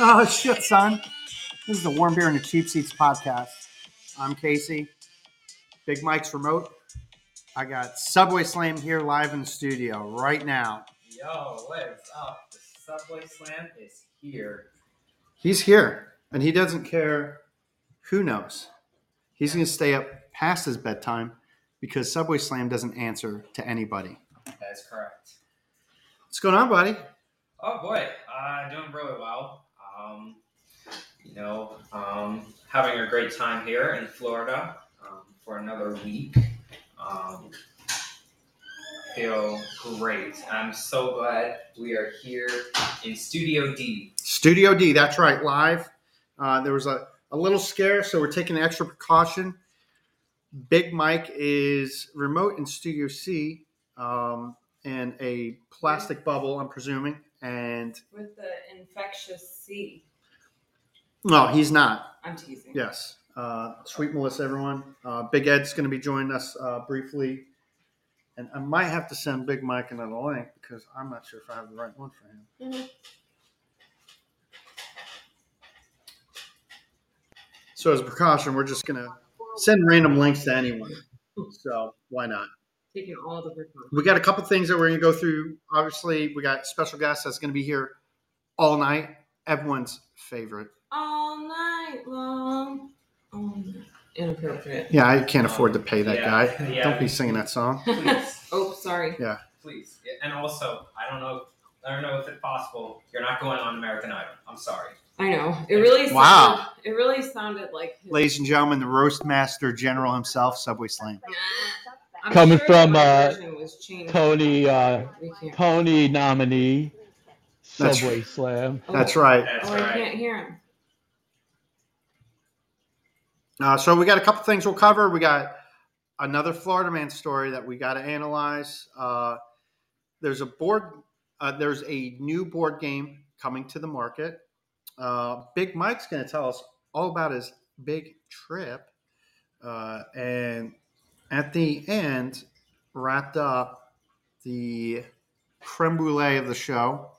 Oh shit, son! This is the Warm Beer and the Cheap Seats podcast. I'm Casey. Big Mike's remote. I got Subway Slam here live in the studio right now. Yo, what's up? The Subway Slam is here. He's here, and he doesn't care who knows. He's going to stay up past his bedtime because Subway Slam doesn't answer to anybody. That's correct. What's going on, buddy? Oh boy, uh, doing really well. Um, you know, um, having a great time here in Florida um, for another week. Um, feel great. I'm so glad we are here in Studio D. Studio D, that's right, live. Uh, there was a, a little scare, so we're taking extra precaution. Big Mike is remote in Studio C um, in a plastic bubble, I'm presuming. And with the infectious C. no, he's not. I'm teasing. Yes. Uh, sweet Melissa, everyone. Uh, Big Ed's going to be joining us uh, briefly. And I might have to send Big Mike another link because I'm not sure if I have the right one for him. Mhm. So, as a precaution, we're just going to send random links to anyone. So, why not? Taking all the precautions. We got a couple things that we're going to go through. Obviously, we got special guests that's going to be here all night. Everyone's favorite. All night long. All night. Inappropriate. Yeah, I can't afford to pay that Yeah, guy. yeah. Don't be singing that song. Please, oh, sorry. please. And also, I don't know. I don't know if it's possible. You're not going on American Idol. I'm sorry. I know. It really. Wow. Sounded, it really sounded like. his- Ladies and gentlemen, the roast master general himself, Subway Slam. I'm Coming sure from, my uh, version was changed. Tony uh, We can't. Tony nominee That's- Subway Slam. Oh, That's right. That's Oh, I right. can't hear him. Uh, so we got a couple things we'll cover. We got another Florida man story that we got to analyze. Uh, there's a board. Uh, there's a new board game coming to the market. Uh, Big Mike's going to tell us all about his big trip, uh, and at the end, wrapped up the creme brulee of the show,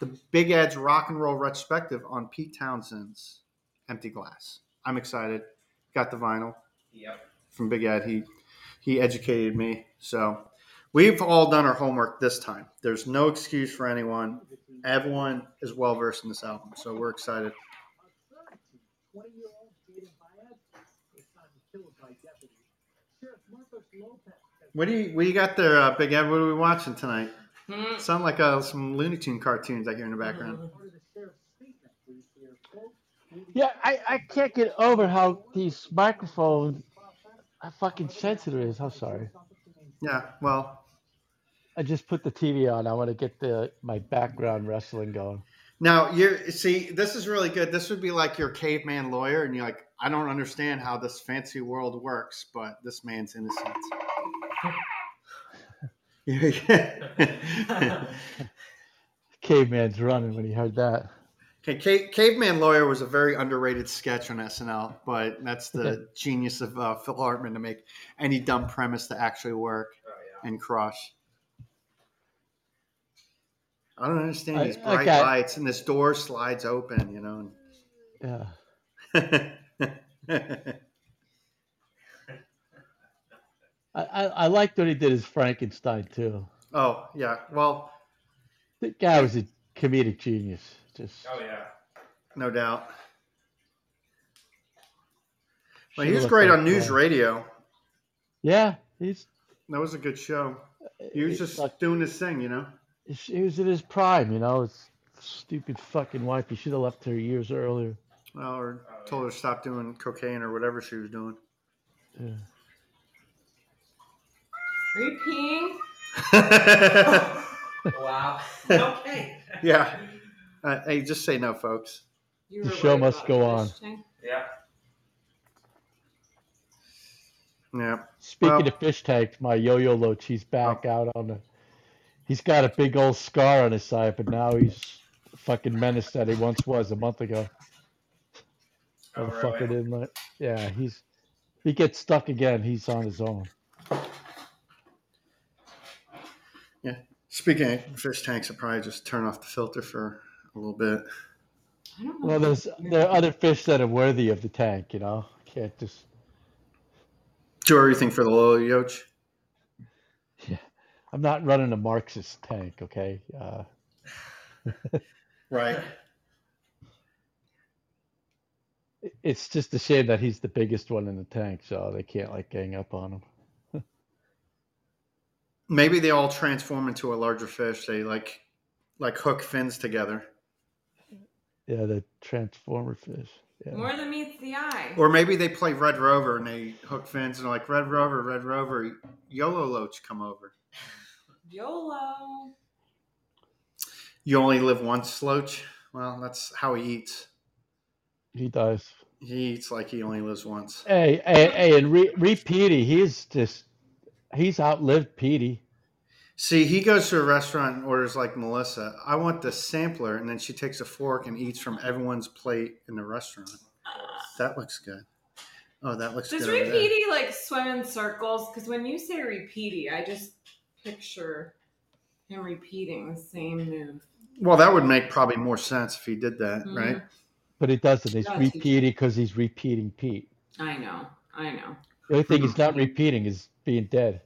the Big Ed's rock and roll retrospective on Pete Townsend's Empty Glass. I'm excited. Got the vinyl Yep. from Big Ed. He he educated me. So we've all done our homework this time. There's no excuse for anyone. Everyone is well versed in this album, so we're excited. What do you what do you got there, uh, Big Ed? What are we watching tonight? Hmm. Sound like uh, some Looney Tune cartoons I hear in the background. Yeah, I, I can't get over how these microphones how fucking sensitive it is. I'm sorry. Yeah, well, I just put the TV on. I want to get the my background wrestling going. Now you're see, this is really good. This would be like your caveman lawyer, and you're like, I don't understand how this fancy world works, but this man's innocent. okay, Caveman's running when he heard that. ca- caveman lawyer was a very underrated sketch on SNL, but that's the genius of uh, Phil Hartman to make any dumb premise to actually work Oh yeah. and crush. I don't understand I- these bright okay. lights and this door slides open, you know. and- Yeah. yeah, I, I, I liked what he did as Frankenstein too. Oh yeah. Well, The guy was a comedic genius. Just Oh yeah. no doubt. Well, should've he was looked great like uh, on news that. radio. Yeah, he's That was a good show. He was he's just like- doing his thing, you know. he was in his prime, you know. His stupid fucking wife. He should have left her years earlier. Well, or Oh, told her to stop doing cocaine or whatever she was doing. Yeah. Are you peeing? wow. Okay. Yeah. uh, hey, just say no, folks. You The were show right must about go the on. fish tank. Yeah. Yeah. Speaking Well- of fish tank, my yo-yo loach, he's back Oh. out on the. He's got a big old scar on his side, but now he's the fucking menace that he once was a month ago. Oh, really? Motherfucker didn't let. Yeah, he's he gets stuck again. He's on his own. Speaking of fish tanks, I probably just turn off the filter for a little bit. I don't know. Well, there's there are other fish that are worthy of the tank. You know, can't just. Do everything for the little yoch. I'm not running a Marxist tank, okay? Uh, Right. it- it's just a shame that he's the biggest one in the tank, so they can't like gang up on him. Maybe they all transform into a larger fish. They like like hook fins together. Yeah, the transformer fish. Yeah. More than meets the eye. Or maybe they play Red Rover and they hook fins and they're like Red Rover, Red Rover, Yolo Loach come over. YOLO. You only live once, Loach. Well, that's how he eats. He does. He eats like he only lives once. Hey, hey, hey, and re, re Petey, he's just he's outlived Petey. See, he goes to a restaurant and orders like Melissa. I want the sampler, and then she takes a fork and eats from everyone's plate in the restaurant. That looks good. Oh, that looks Does good. over there. Repeaty like swim in circles? Because when you say Repeaty, I just picture him repeating the same move. Well, that would make probably more sense if he did that, Mhm. right? But he doesn't. He's Yes, re he- Petey because he's repeating Pete. I know. I know. The only thing he's not Hmm. repeating is being dead.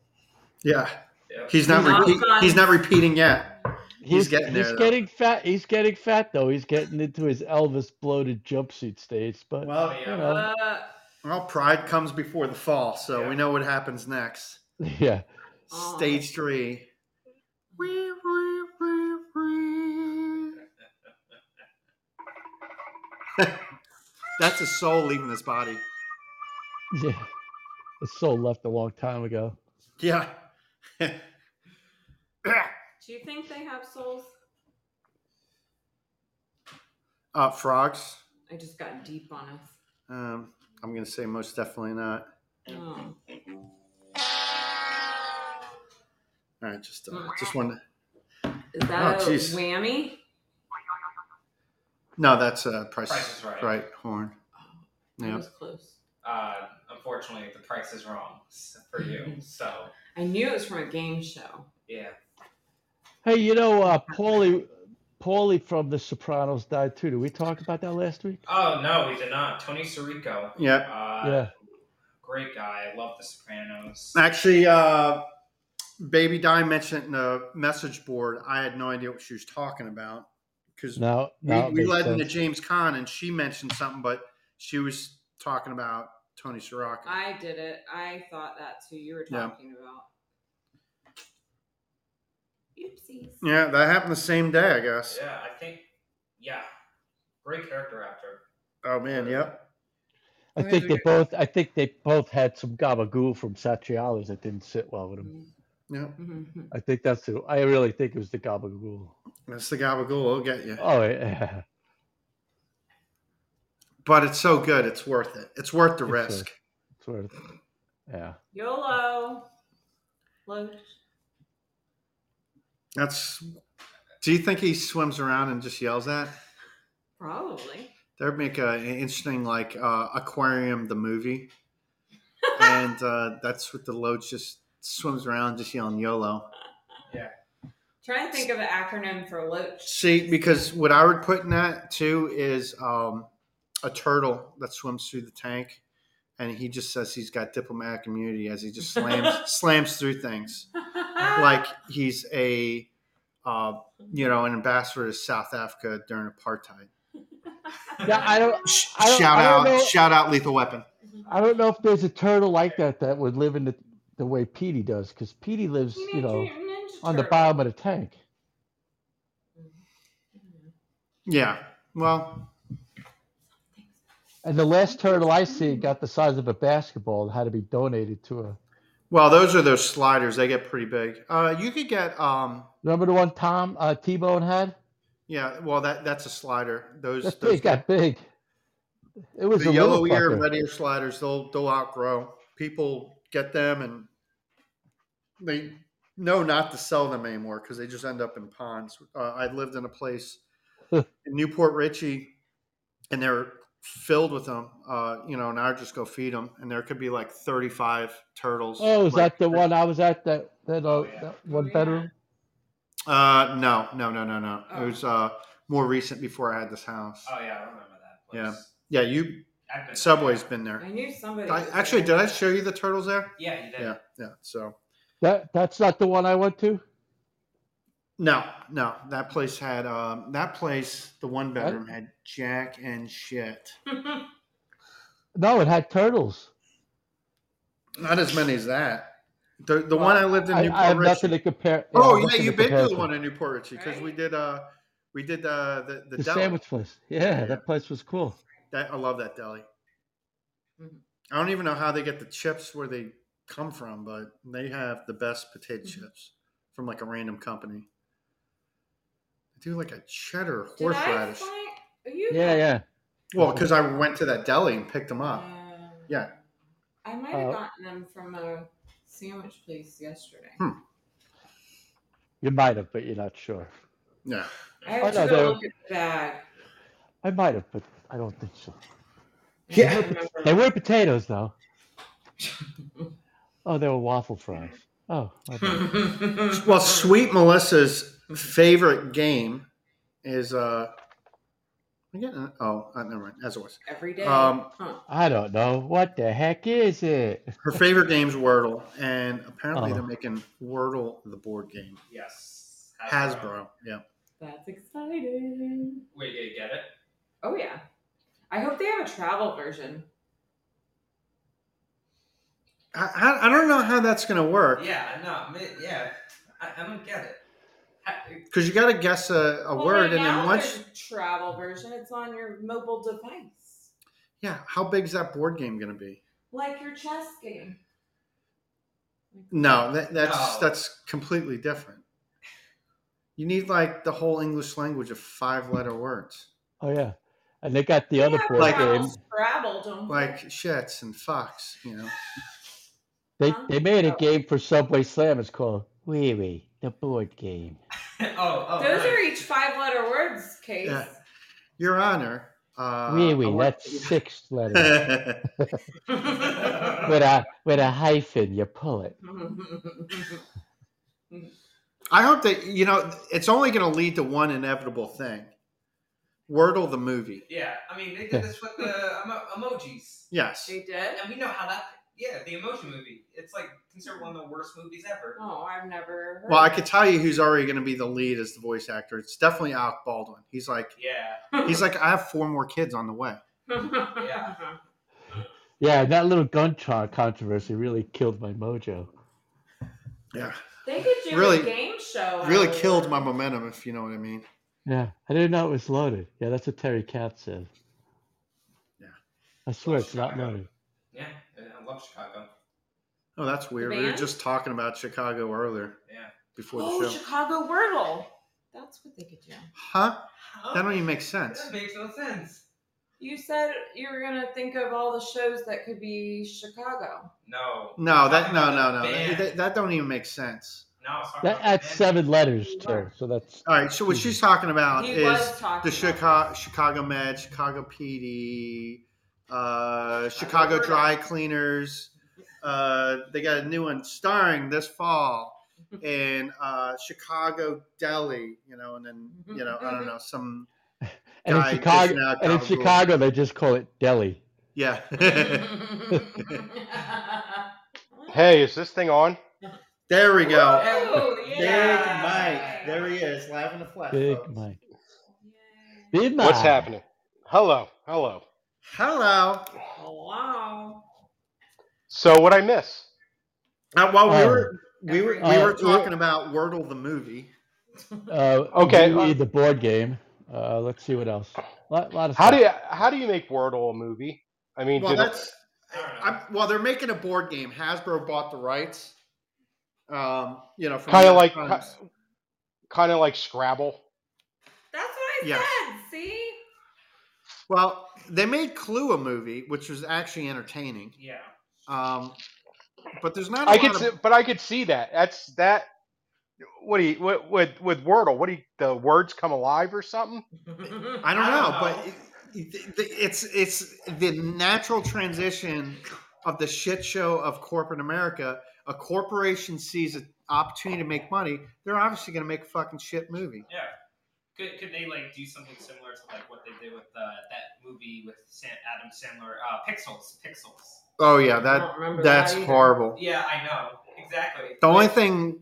Yeah, Yep. he's not. Not Repeat, done. he's not repeating yet. He's getting there, He's though. getting fat. He's getting fat though. He's getting into his Elvis bloated jumpsuit stage. But Oh, Well, yeah. you know, Uh, well, pride comes before the fall, so we know what happens next. yeah, Oh. Stage three. Wee, wee, wee, wee. That's a soul leaving his body. yeah. His soul left a long time ago. Yeah. do you think they have souls? uh, frogs. I just got deep on us. Um, I'm going to say most definitely not. Oh. All right, just uh, just one. Is that Oh, a jeez. whammy? No, that's uh, price, Price is Right. right horn. I Yeah. was close. Uh, unfortunately, the price is wrong s- for you. So I knew it was from a game show. yeah, Hey, you know, uh, Paulie, Paulie from The Sopranos died too. Did we talk about that last week? Oh no, we did not. Tony Sirico. Yeah. Uh, Yeah. Great guy. Love The Sopranos. Actually, uh, Baby Di mentioned it in the message board. I had no idea what she was talking about because No, we, no. it we makes led into sense. James Conn and she mentioned something, but she was talking about Tony Soroka. I did it. I thought that too. You were Yeah. talking about. Oopsies. yeah, that happened the same day, I guess. Yeah, I think. Yeah. Great character actor. Oh man, yep. I think they both. I think they both had some gabagool from Satriales that didn't sit well with them. Yeah, Mhm. I think that's the. I really think it was the gabagool. that's the gabagool. I'll get you. Oh yeah, But it's so good, it's worth it. It's worth the It's worth risk. sort of. Yeah. YOLO. Load. That's. Do you think he swims around and just yells that? Probably. That'd make a, an interesting like uh, aquarium the movie, and uh, that's what the loach just swims around just yelling YOLO. Trying to think of an acronym for loach. See, because what I would put in that too is um, a turtle that swims through the tank, and he just says he's got diplomatic immunity as he just slams slams through things Ah. like he's a uh, you know an ambassador to South Africa during apartheid. Yeah, I don't. Sh- I don't- shout I don't out! know- Shout out! Lethal Weapon. I don't know if there's a turtle like that that would live in the the way Petey does, because Petey lives, Teenage you know, Mutant Ninja on the Turtles. bottom of the tank. Yeah. Well, And the last turtle I see got the size of a basketball and had to be donated to a. well, those are those sliders. They get pretty big. Uh, you could get um, Remember the one Tom uh, T Bone had? yeah. Well, that that's a slider. Those That those thing got big. It was the a yellow little ear and fucker. red ear sliders. They'll they'll outgrow people. get them, and they know not to sell them anymore because they just end up in ponds. Uh, I lived in a place in Newport Richie, and they're filled with them. Uh, you know, and I would just go feed them, and there could be like thirty-five turtles. Oh, is like- that the one I was at? That that, uh, Oh, yeah. that one Yeah. bedroom? Uh, no, no, no, no, no. Oh. Uh, It was uh more recent before I had this house. Oh yeah, I remember that place. Yeah. Yeah, you I've been- Subway's been there. I knew somebody. I, was actually, did there. I show you the turtles there? Yeah, you did. Yeah, yeah. So That that's not the one I went to. no, no, that place had um that place the one bedroom had Jack and shit. No, it had turtles. Not as many as that. The the one I lived in I, Newport I have Richie. nothing to compare. oh yeah, nothing you've been compare to the one in Newport Richie because we Right? did uh we did uh, the the, The deli. sandwich place. Yeah, that place was cool. That I love that deli. Mhm. I don't even know how they get the chips where they come from, but they have the best potato Mhm. chips from like a random company. They do like a cheddar Did I horseradish. find you? Yeah, yeah. Well, because I went to that deli and picked them up. Um, Yeah. I might have Uh, gotten them from a sandwich place yesterday. Hmm. You might have, but you're not sure. Yeah. I Oh, have to no, they go were- look at the bag. I might have, but I don't think so. I Yeah. don't remember. They were potatoes, though. Oh, they were waffle fries. Oh, my bad. Well, sweet Melissa's favorite game is uh. I'm getting oh uh, never mind as always. Every day. Um, Huh. I don't know what the heck is it. Her favorite game's Wordle, and apparently Oh. they're making Wordle the board game. Yes. Hasbro, yeah. That's exciting. Wait, you get it? Oh yeah. I hope they have a travel version. I, I, I don't know how that's going to work Yeah, no, me- yeah. I, I don't get it. I, because you got to guess a, a Well, word, right and then now once, there's a travel version, it's on your mobile device, yeah, how big's that board game going to be? like your chess game. No, that, that's No. that's completely different. You need like the whole English language of five letter words, Oh yeah, and they got the They other have board Like- travel game. Scrabble, don't they? like shits and fucks. You know, They Huh? they made a Oh. game for Subway Slam. It's called Wee Wee, the board game. oh, oh. Those nice. are each five letter words, Case. Yeah. Your Honor. Oh, Uh, wee I Wee, want- that's six letters yeah, with a with a hyphen. You pull it. I hope that you know it's only going to lead to one inevitable thing: Wordle the movie. yeah, I mean, they did this with the emo- emojis. Yes, they did? And we know how that. Yeah, the emoji movie. It's like considered one of the worst movies ever. Oh, I've never heard Well, I of could tell you who's already going to be the lead as the voice actor. It's definitely Alec Baldwin. He's like, Yeah. it. he's like, I have four more kids on the way. Yeah. Yeah, that little gun char controversy really killed my mojo. Yeah, They could do Really- a game show. really out of killed it. my momentum, if you know what I mean. Yeah, I didn't know it was loaded. Yeah, that's what Terry Katz said. Yeah. I swear it's not loaded. Yeah, I love Chicago. Oh, that's weird. We were Band? just talking about Chicago earlier Yeah. before the Oh, show, Chicago Wordle. That's what they could do. huh? That Huh? don't even make sense. That makes no sense. You said you were gonna think of all the shows that could be Chicago. No. No, I'm that talking no, about no, the no. That, band. that, that don't even make sense. no, I was talking That about the adds uh, band. seven letters too, so that's All right, so what she's talking about he is was talking the Chicago about Chicago Med, Chicago PD, uh, Chicago Chicago Dry Cleaners. Uh, they got a new one starring this fall in uh, Chicago Deli. You know, and then you know I don't know some and in guy Chicago dishing out and in Cowboy. Chicago they just call it deli. yeah. it. Hey, is this thing on? there we go. Oh, Big Mike, there he is, live in the flesh. Big folks. Mike. Yay. Big Mike. What's happening? Hello, hello. Hello. Hello. So what I miss? Uh, well, we Oh. were we were we Uh, were talking about Wordle the movie. Uh, Okay, we uh, need the board game. Uh, let's see what else. Lot, lot of How do stuff. you how do you make Wordle a movie? I mean, Well, did a- that's I don't know. I'm, well, they're making a board game. Hasbro bought the rights. Um, you know, from kind of the like times. kind of like Scrabble. That's what I Yes. said. See? well, they made Clue a movie, which was actually entertaining. yeah. Um, But there's not. a I could, lot see, of, but I could see that. That's that. What do you what, with with Wordle? What do you, the words come alive or something? I don't know, but it, it, it's it's the natural transition of the shit show of corporate America. A corporation sees an opportunity to make money. They're obviously going to make a fucking shit movie. yeah. Could, could they like do something similar to like what they did with uh, that movie with Sam, Adam Sandler, uh, Pixels, Pixels? Oh yeah, I that don't remember that's that either. horrible. Yeah, I know exactly. The only thing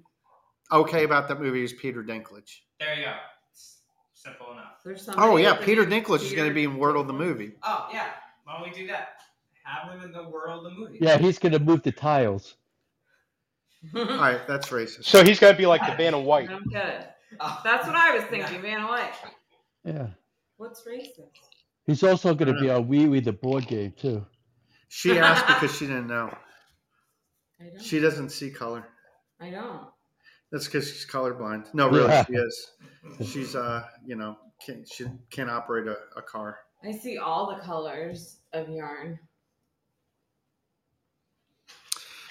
okay about that movie is Peter Dinklage. There you go. S- Simple enough. There's Oh somebody yeah, with the Peter name Dinklage is going to be in Wordle the movie. Oh yeah. Why don't we do that? Have them in the world of the movie. Yeah, he's gonna move the tiles. All right, that's racist. So he's gonna be like the Van of White. I'm good. Oh, That's what I was thinking, man. Like, Yeah, what's racist? he's also gonna be on Wee Wee the board game too. She asked because she didn't know. I don't. She doesn't see color. I don't. That's because she's colorblind. No, really, Yeah. she is. She's uh, you know, can't she can't operate a, a car. I see all the colors of yarn.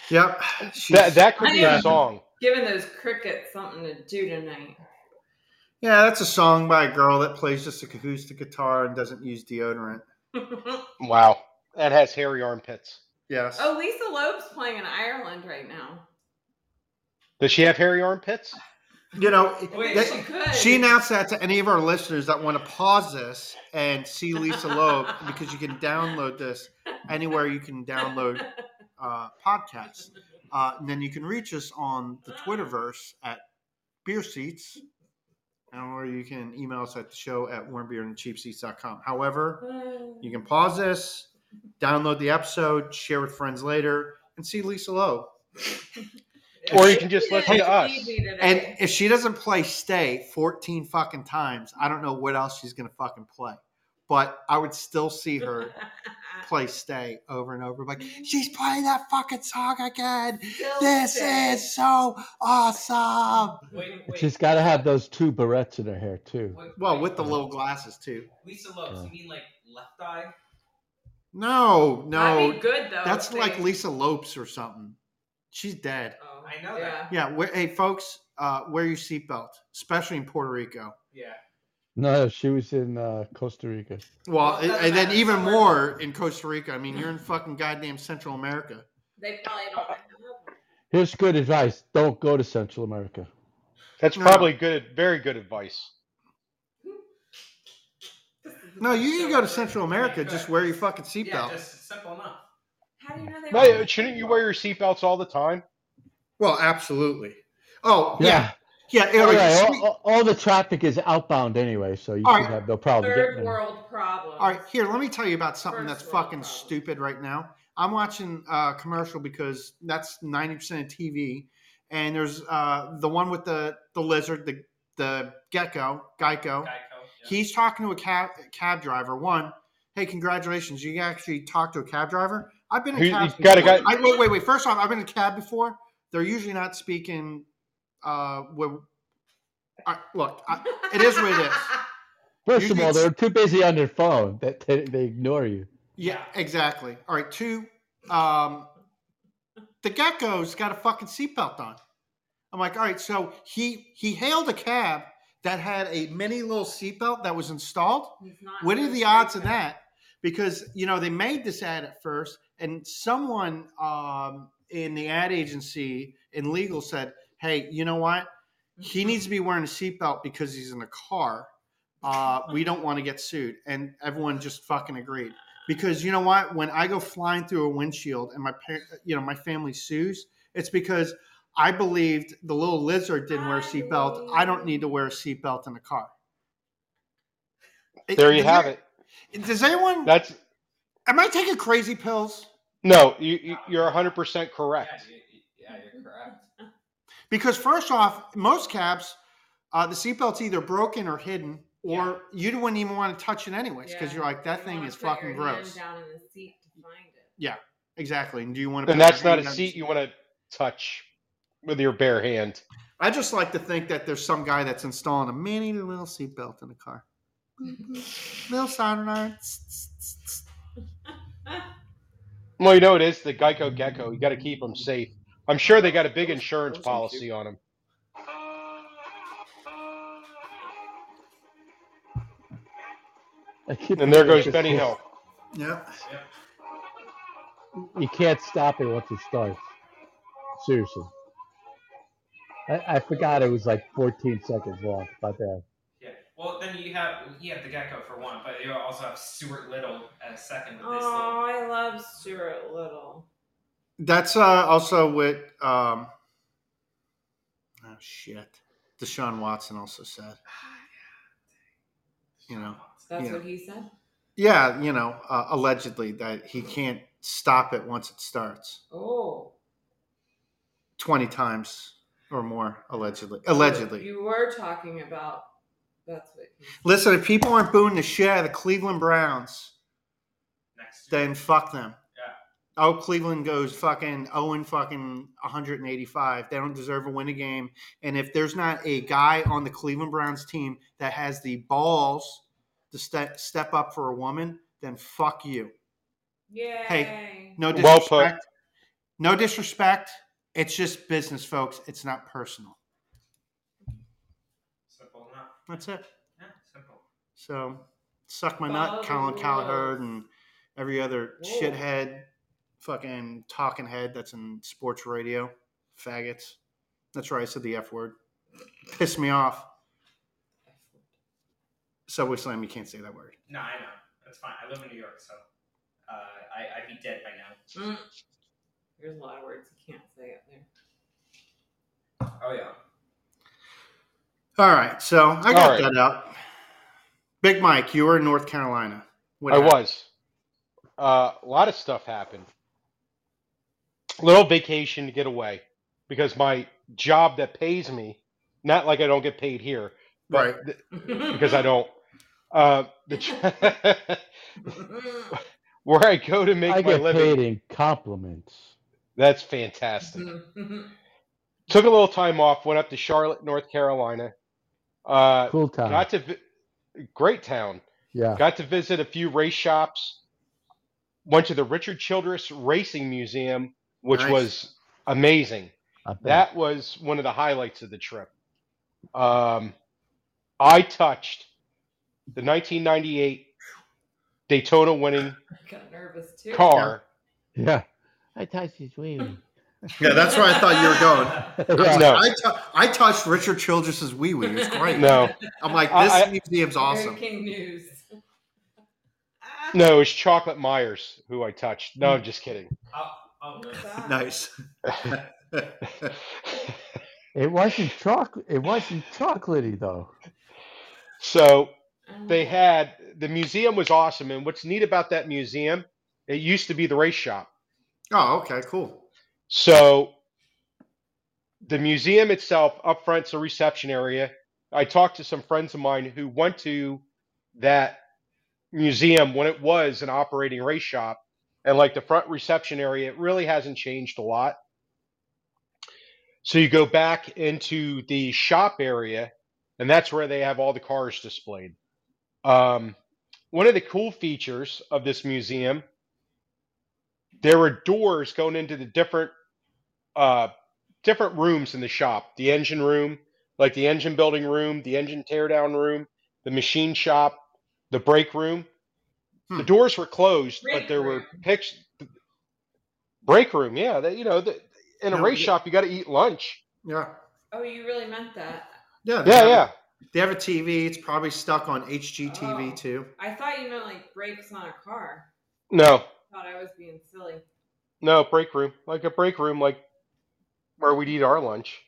Yep. She's, That that could be I a am- song. Giving those crickets something to do tonight. yeah, that's a song by a girl that plays just a acoustic guitar and doesn't use deodorant. Wow, that has hairy armpits. Yes. oh, Lisa Loeb's playing in Ireland right now. Does she have hairy armpits? You know, Wait, that- she could. she announced that to any of our listeners that want to pause this and see Lisa Loeb because you can download this anywhere you can download uh, podcasts. Uh, and then you can reach us on the Twitterverse at Beer Seats, and or you can email us at the show at warmbeerandcheapseats.com. However, you can pause this, download the episode, share with friends later, and see Lisa Loeb. Or you can just listen to us. And if she doesn't play stay 14 fucking times, I don't know what else she's going to fucking play. But I would still see her play stay over and over. Like, she's playing that fucking song again. Mm-hmm. This is so awesome. Wait, wait. She's gotta have those two barrettes in her hair too. Wait, Well, wait. with the little glasses, too. Lisa Lopes, you mean like left eye? No, That'd no. be good though. That's if they- like Lisa Lopes or something. She's dead. Oh, I know yeah. Yeah. we hey, folks, uh, wear your seatbelt, especially in Puerto Rico. Yeah. No, she was in uh, Costa Rica. Well, Well, and- doesn't and then matter. even more in Costa Rica. I mean, you're in fucking goddamn Central America. They probably don't. have them. Here's good advice: don't go to Central America. That's No. probably good, very good advice. No, you can go to Central America. Just wear your fucking Yeah, seatbelt. just simple enough. How do you know they? No, don't yeah, shouldn't you wear your seatbelts all the time? Well, absolutely. Oh yeah, Yeah, yeah. it- all, right, sweet- all, all- all the traffic is outbound anyway, so you All should right. have no problem Third getting there. world uh, problem. All right, here, let me tell you about something that's First world fucking problem. stupid right now. I'm watching a commercial because that's 90% of TV. And there's uh, the one with the, the lizard, the, the gecko, Geico. Geico. yeah. He's talking to a cab, cab driver. One, hey, congratulations, you actually talked to a cab driver. I've been in Who- cabs you got a before. guy- I, wait, wait, wait. First off, I've been in a cab before. They're usually not speaking. Uh, with, I, look, I, it is what it is. First You of need all, s- they're too busy on their phone that they, they ignore you. Yeah, exactly. All right, two. Um, the gecko's got a fucking seatbelt on. I'm like, all right. So he he hailed a cab that had a mini little seatbelt that was installed. He's not What are the Costa odds of Rica. that? Because you know they made this ad at first, and someone um, in the ad agency in legal said, "Hey, you know what? He needs to be wearing a seatbelt because he's in a car. Uh, we don't want to get sued." And everyone just fucking agreed because you know what? When I go flying through a windshield and my par- you know my family sues, it's because I believed the little lizard didn't wear a seatbelt. I don't need to wear a seatbelt in a car. There you have it. Does anyone? That's Am I taking crazy pills? no, you you- you're 100% correct. Yeah, you- you- yeah, you're correct. Because first off, most cabs, uh, the seatbelt's either broken or hidden, or you wouldn't even want to touch it anyways because Yeah. you're like that You thing wanna is put your fucking hand gross. Down in the seat to find it. Exactly. And do you want to? And that's not a seat you want to touch with your bare hand. I just like to think that there's some guy that's installing a mini little seatbelt in the car. Mm-hmm. little soldering iron. Well, you know it is the Geico Gecko. You got to keep them safe. I'm sure they got a big insurance Those are cute. policy on them. I keep- And there goes Benny Hill. Yeah. You can't stop it once it starts. Seriously. I, I forgot it was like 14 seconds long. My bad. Yeah. Well, then you have you have the gecko for one, but you also have Stuart Little as second with this Oh, I love Stuart Little. That's uh, also with um, oh shit, Deshaun Watson also said. You know, That's Yeah. what he said. yeah, you know, uh, allegedly that he can't stop it once it starts Oh, twenty times or more. Allegedly, allegedly. you were talking about. That's what. He said. Listen, if people aren't booing the shit out of the Cleveland Browns, next year. then fuck them. Yeah. Oh, Cleveland goes fucking Owen fucking 185. They don't deserve a win a game. And if there's not a guy on the Cleveland Browns team that has the balls to ste- step up for a woman, then fuck you. Yay. No Well disrespect. put. No disrespect. It's just business, folks. It's not personal. simple enough. That's it. Yeah, simple. So suck my nut, Follow Colin the Cowherd, rules. and every other Whoa. shithead, fucking talking head that's in sports radio, faggots. That's right, I said the f word. Pissed me off. Subway slam, you can't say that word. No, I know. That's fine. I live in New York, so uh, I, I'd be dead by now. Mm. There's a lot of words you can't say up there. Oh yeah. All right, so I got All right. that out. Big Mike, you were in North Carolina. What I happened? was. Uh, a lot of stuff happened. Little vacation to get away because my job that pays me, not like I don't get paid here, Right. th- because I don't. Uh, the j- where I go to make I my get living, paid in compliments. that's fantastic. Mm-hmm. Took a little time off, went up to Charlotte, North Carolina. Uh, Cool time. got to vi- great town. yeah. Got to visit a few race shops. Went to the Richard Childress Racing Museum, which Nice. was amazing. I bet. That was one of the highlights of the trip. Um, I touched the 1998 Daytona winning I got nervous too. car. yeah. I touched his wing. Yeah, that's where I thought you were Oh, going. Yeah. No. I, tou- I touched Richard Childress's wee wee. It was great. No, I'm like, I- this I- museum's awesome. Breaking news. Ah, no, it was Chocolate Myers who I touched. No, Mm. I'm just kidding. Oh, no. Nice. It wasn't chocolate. It wasn't chocolatey though. So they had the museum was awesome, and what's neat about that museum, it used to be the race shop. Oh, okay, cool. So the museum itself, up front's the reception area. I talked to some friends of mine who went to that museum when it was an operating race shop, and like the front reception area, it really hasn't changed a lot. So you go back into the shop area, and that's where they have all the cars displayed. Um, one of the cool features of this museum, there were doors going into the different uh, different rooms in the shop the engine room like the engine building room the engine teardown room the machine shop the brake room the Hmm. doors were closed but Brake there were room. pictures break room yeah that you know the, in a No, race yeah. shop you got to eat lunch Yeah. Oh, you really meant that. Yeah. they yeah have- yeah They have a TV. It's probably stuck on HGTV Oh. too. I thought you meant like brakes on a car. no Thought I was being silly. no break room like a break room like where we'd eat our lunch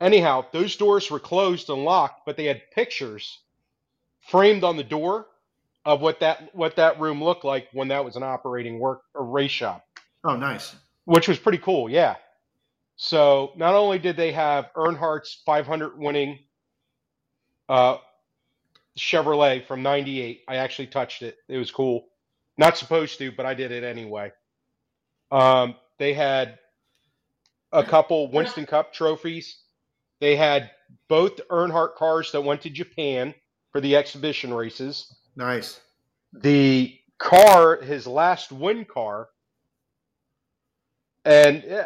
anyhow those doors were closed and locked but they had pictures framed on the door of what that what that room looked like when that was an operating work or race shop Oh, nice. which was pretty cool. Yeah. So not only did they have Earnhardt's 500 winning uh, Chevrolet from '98, I actually touched it. It was cool. Not supposed to, but I did it anyway. Um, they had a couple Winston Cup trophies. They had both Earnhardt cars that went to Japan for the exhibition races Nice. the car, his last win car, and eh,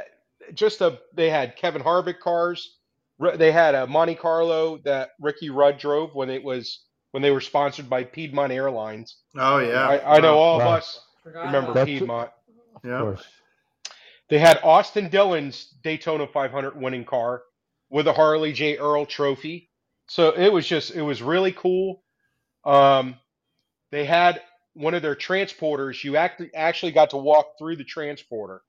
just a they had Kevin Harvick cars. Ru- They had a Monte Carlo that Ricky Rudd drove when it was when they were sponsored by Piedmont Airlines. Oh yeah, I, I know all Wow. of us Forgot remember about That's- Piedmont. Of Yeah, course. They had Austin Dillon's Daytona 500 winning car with a Harley J. Earl trophy. So it was just, it was really cool. Um, they had one of their transporters. You act- actually got to walk through the transporter.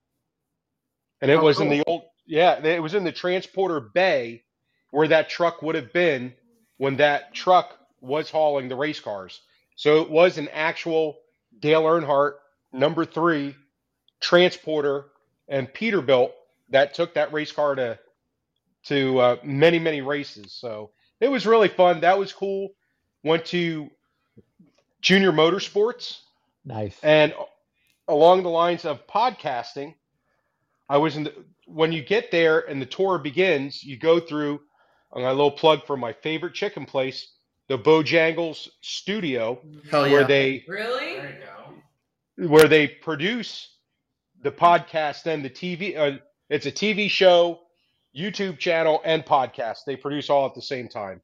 And it Oh, was in the old, yeah, it was in the transporter bay where that truck would have been when that truck was hauling the race cars. So it was an actual Dale Earnhardt number three transporter and Peterbilt that took that race car to to uh, many many races. So it was really fun. That was cool. Went to Junior Motorsports, Nice. and along the lines of podcasting, I was in the, when you get there and the tour begins, you go through and a little plug for my favorite chicken place, the Bojangles Studio, hell where Oh, yeah. they Really? There you go. where they produce the podcast and the TV. Uh, it's a TV show, YouTube channel, and podcast. They produce all at the same time.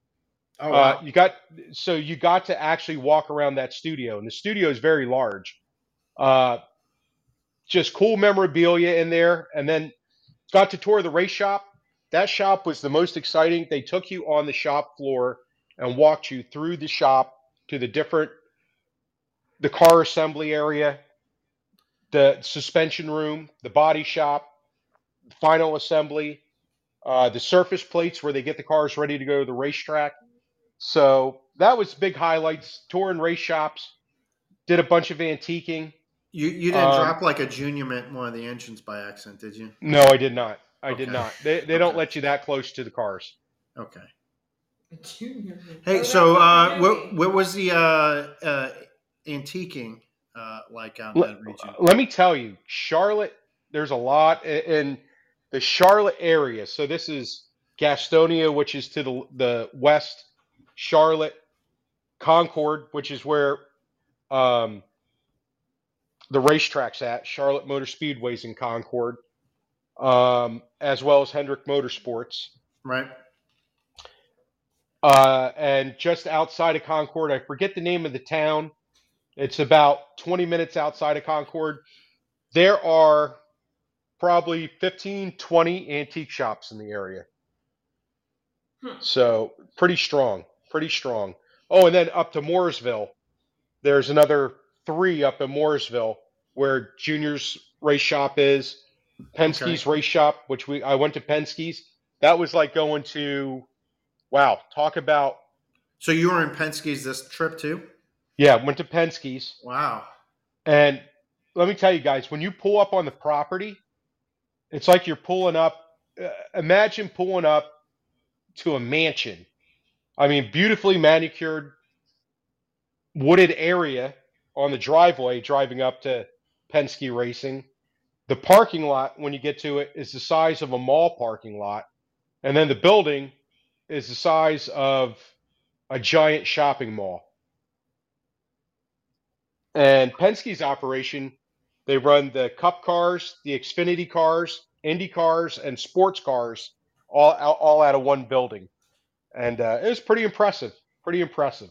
oh Uh, wow. you got so you got to actually walk around that studio, and the studio is very large. Uh, just cool memorabilia in there, and then got to tour the race shop. That shop was the most exciting. They took you on the shop floor and walked you through the shop to the different the car assembly area, the suspension room, the body shop, final assembly, uh, the surface plates where they get the cars ready to go to the racetrack. So that was big highlights. Touring race shops, did a bunch of antiquing. you you didn't um, drop like a junior mint in one of the engines by accident, did you? No, I did not. I did Okay. not. They, they don't Okay. let you that close to the cars. Okay. Junior. Hey, Oh, so that's uh, a what movie. what was the uh, uh, antiquing uh, like out in Let, that region? let me tell you, Charlotte, there's a lot i- in the Charlotte area. So this is Gastonia, which is to the, the west, Charlotte, Concord, which is where um, the racetrack's at, Charlotte Motor Speedways in Concord, um, as well as Hendrick Motorsports. Right. Uh, and just outside of Concord, I forget the name of the town. It's about 20 minutes outside of Concord. There are probably 15, 20 antique shops in the area. Hmm. So pretty strong, pretty strong. Oh, and then up to Mooresville, there's another three up in Mooresville where Junior's race shop is, Penske's race shop, which we I went to Penske's. That was like going to, wow, talk about So you were in Penske's this trip too? Yeah, went to Penske's. Wow. And let me tell you guys, when you pull up on the property, it's like you're pulling up. Uh, imagine pulling up to a mansion. I mean, beautifully manicured, wooded area on the driveway driving up to Penske Racing. The parking lot, when you get to it, is the size of a mall parking lot. And then the building is the size of a giant shopping mall. And Penske's operation, they run the Cup cars, the Xfinity cars, Indy cars, and sports cars, all all, all out of one building. And uh, it was pretty impressive. Pretty impressive.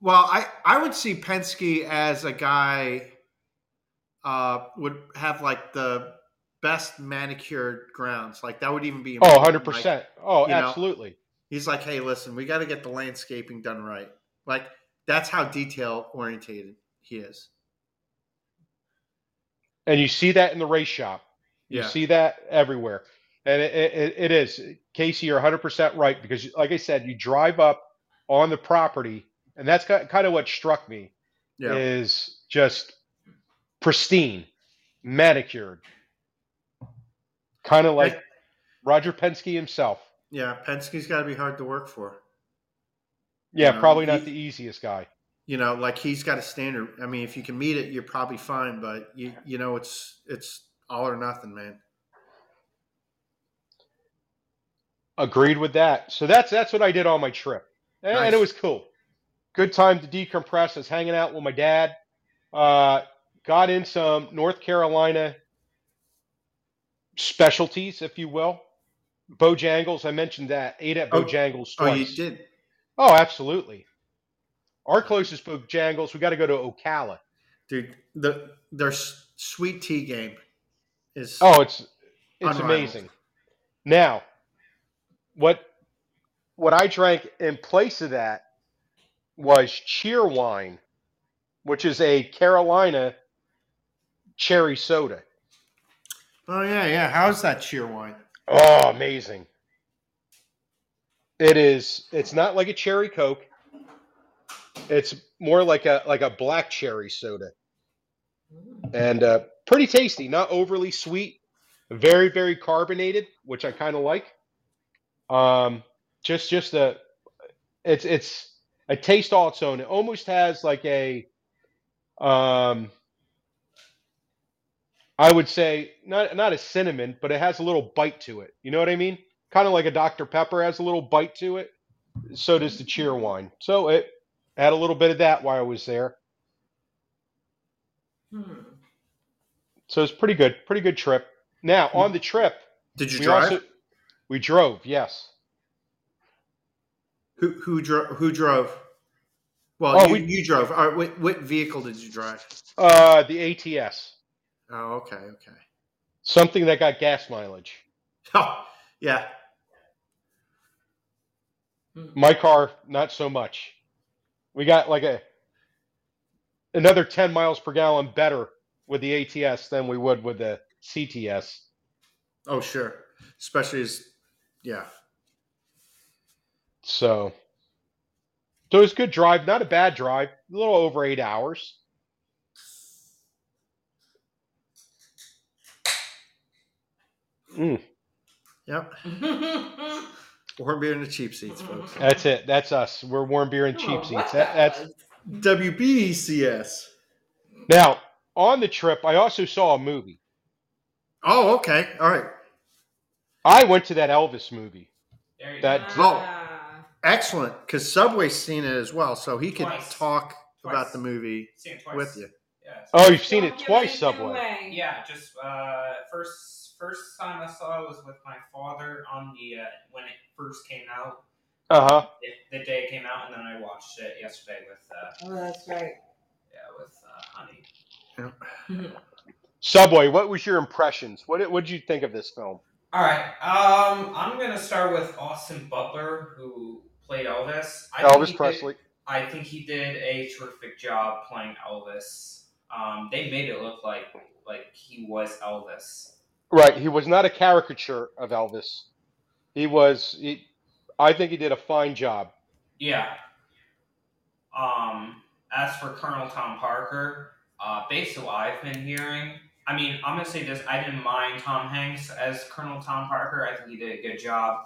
Well, I I would see Penske as a guy uh, would have like the best manicured grounds. Like that would even be Oh, important. 100 Like, percent. Oh, you know. absolutely. he's like, hey, listen, we got to get the landscaping done right. Like that's how detail orientated he is. And you see that in the race shop. You Yeah. see that everywhere. And it, it, it is. Casey, you're 100% right because, like I said, you drive up on the property, and that's kind of what struck me. Yeah. is just pristine, manicured, kind of like Right. Roger Penske himself. Yeah. Penske's got to be hard to work for. Yeah, Yeah, probably not he- the easiest guy. you know like he's got a standard i mean if you can meet it you're probably fine but you you know it's it's all or nothing man Agreed with that. So that's that's what I did on my trip, and, and it Nice. was cool. Good time to decompress. I was hanging out with my dad. Uh, got in some North Carolina specialties, if you will. Bojangles, I mentioned that. Ate at Oh, Bojangles Oh, you twice. did. Oh, absolutely. Our closest Bojangles, we got to go to Ocala. Dude, the their s- sweet tea game is Oh, it's it's Unrivaled. amazing. Now, what what I drank in place of that was cheer wine, which is a Carolina cherry soda. Oh, yeah, yeah. How's that cheer wine? Oh, amazing. It is it's not like a cherry coke. It's more like a like a black cherry soda. and uh, pretty tasty. Not overly sweet. Very very carbonated, which I kind of like. Um, just just a it's it's a taste all its own. It almost has like a um. I would say not not a cinnamon, but it has a little bite to it. You know what I mean? Kind of like a Dr. Pepper has a little bite to it. So does the cheer wine. So it had a little bit of that while I was there. Hmm. So it's pretty good. Pretty good trip. Now on the trip, Mm. Did you we drive? also we drove. Yes. who who drove? Who drove? Well, Oh, you, we- you drove. All right, what, what vehicle did you drive? Uh, the ATS, Oh, okay, okay. something that got gas mileage. Oh, yeah. My car, not so much. We got like a another ten miles per gallon better with the ATS than we would with the CTS. Oh, sure. Especially as, yeah. So, so it was a good drive. Not a bad drive. A little over eight hours. Yep. Hmm. Warm beer in the cheap seats, folks. That's it. That's us. We're warm beer and Oh, cheap seats. That, that's E WBCS. Now, on the trip, I also saw a movie. Oh, okay. All right. I went to that Elvis movie. There you That- Ah. go. Excellent. Because Subway's seen it as well, so he could Twice. talk about Twice. the movie Seen it twice. with you. Yeah. it's- Oh, you've seen it twice, Subway. Yeah, just uh, first first time I saw it was with my father on the uh, when it first came out, Uh huh. the- the day it came out, and then I watched it yesterday with uh, Oh, that's right. yeah with uh, Honey. Subway. What was your impressions? What did- What did you think of this film? All right, um, I'm gonna start with Austin Butler who played Elvis. I think he Elvis did- Presley. I think he did a terrific job playing Elvis. Um, they made it look like like he was Elvis. Right. He was not a caricature of Elvis. He was. He, I think he did a fine job. Yeah. Um, as for Colonel Tom Parker, uh, based on what I've been hearing, I mean, I'm gonna say this: I didn't mind Tom Hanks as Colonel Tom Parker. I think he did a good job.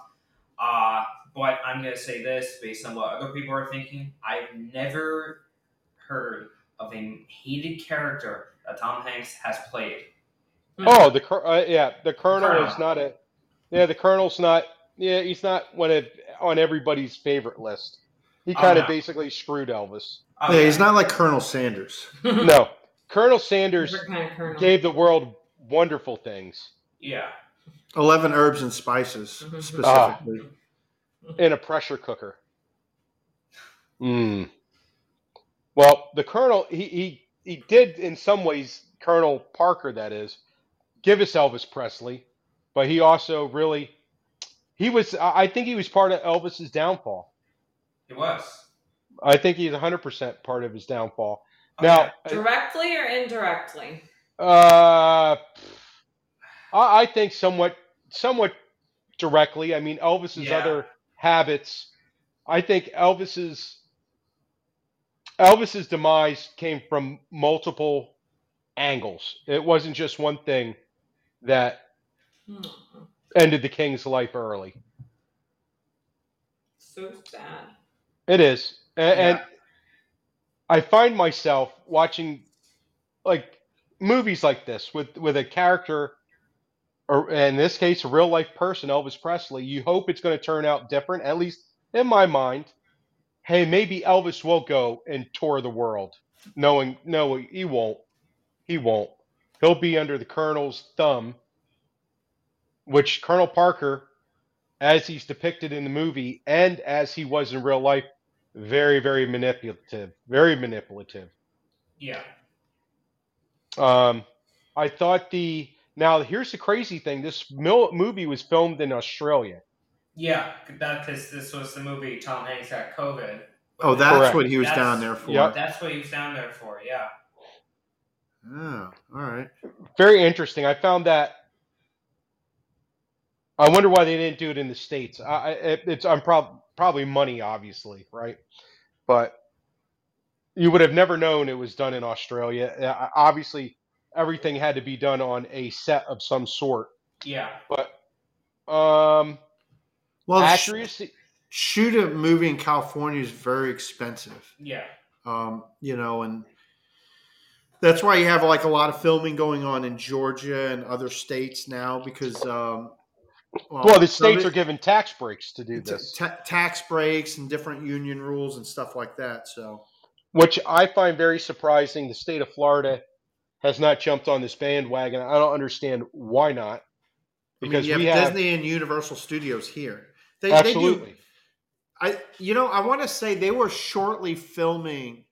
Uh, but I'm gonna say this based on what other people are thinking. I've never heard of a hated character that Tom Hanks has played. Oh, the cur- uh, yeah. The colonel Colonel. is not a. Yeah, the colonel's not. Yeah, he's not one of on everybody's favorite list. He Oh, kind of no. basically screwed Elvis. Oh, yeah, he's not like Colonel Sanders. No, Colonel Sanders Different kind of colonel. gave the world wonderful things Yeah. 11 herbs and spices, Mhm. Ah. specifically. in a pressure cooker. Mm. Well, the colonel he, he he did in some ways Colonel Parker that is give us Elvis Presley, but he also really he was I I think he was part of Elvis's downfall. It was. I think he's 100% part of his downfall. Okay. Now, Directly or indirectly? Uh, I, I think somewhat, somewhat directly. I mean, Elvis's Yeah. other habits. I think Elvis's Elvis's demise came from multiple angles. It wasn't just one thing that Hmm. ended the king's life early. So sad. It is. A- And, I find myself watching like movies like this with with a character or in this case a real life person Elvis Presley. You hope it's going to turn out different at least in my mind. Hey, maybe Elvis will go and tour the world knowing no he won't. He won't. He'll be under the colonel's thumb, which Colonel Parker, as he's depicted in the movie and as he was in real life, very, very manipulative. Very manipulative. Yeah. Um, I thought the now here's the crazy thing. This mil- movie was filmed in Australia. Yeah, that because this was the movie Tom Hanks had COVID. Oh, that's Correct. what he was That's- down there for. Yep. That's what he was down there for. Yeah. Oh, all right. Very interesting. I found that. I wonder why they didn't do it in the states. I, I it, it's I'm prob- probably money, obviously, right? But you would have never known it was done in Australia. Uh, Obviously, everything had to be done on a set of some sort. Yeah. Um, Well, sh- accuracy. shoot a movie in California is very expensive. Yeah. um, you know, and that's why you have like a lot of filming going on in Georgia and other states now because um, Well, the states are giving tax breaks to do this. tax breaks and different union rules and stuff like that. So which I find very surprising. The state of Florida has not jumped on this bandwagon. I don't understand why not. I mean, Because you have we have Disney and Universal Studios here. They, They do, absolutely. I you know I want to say they were shortly filming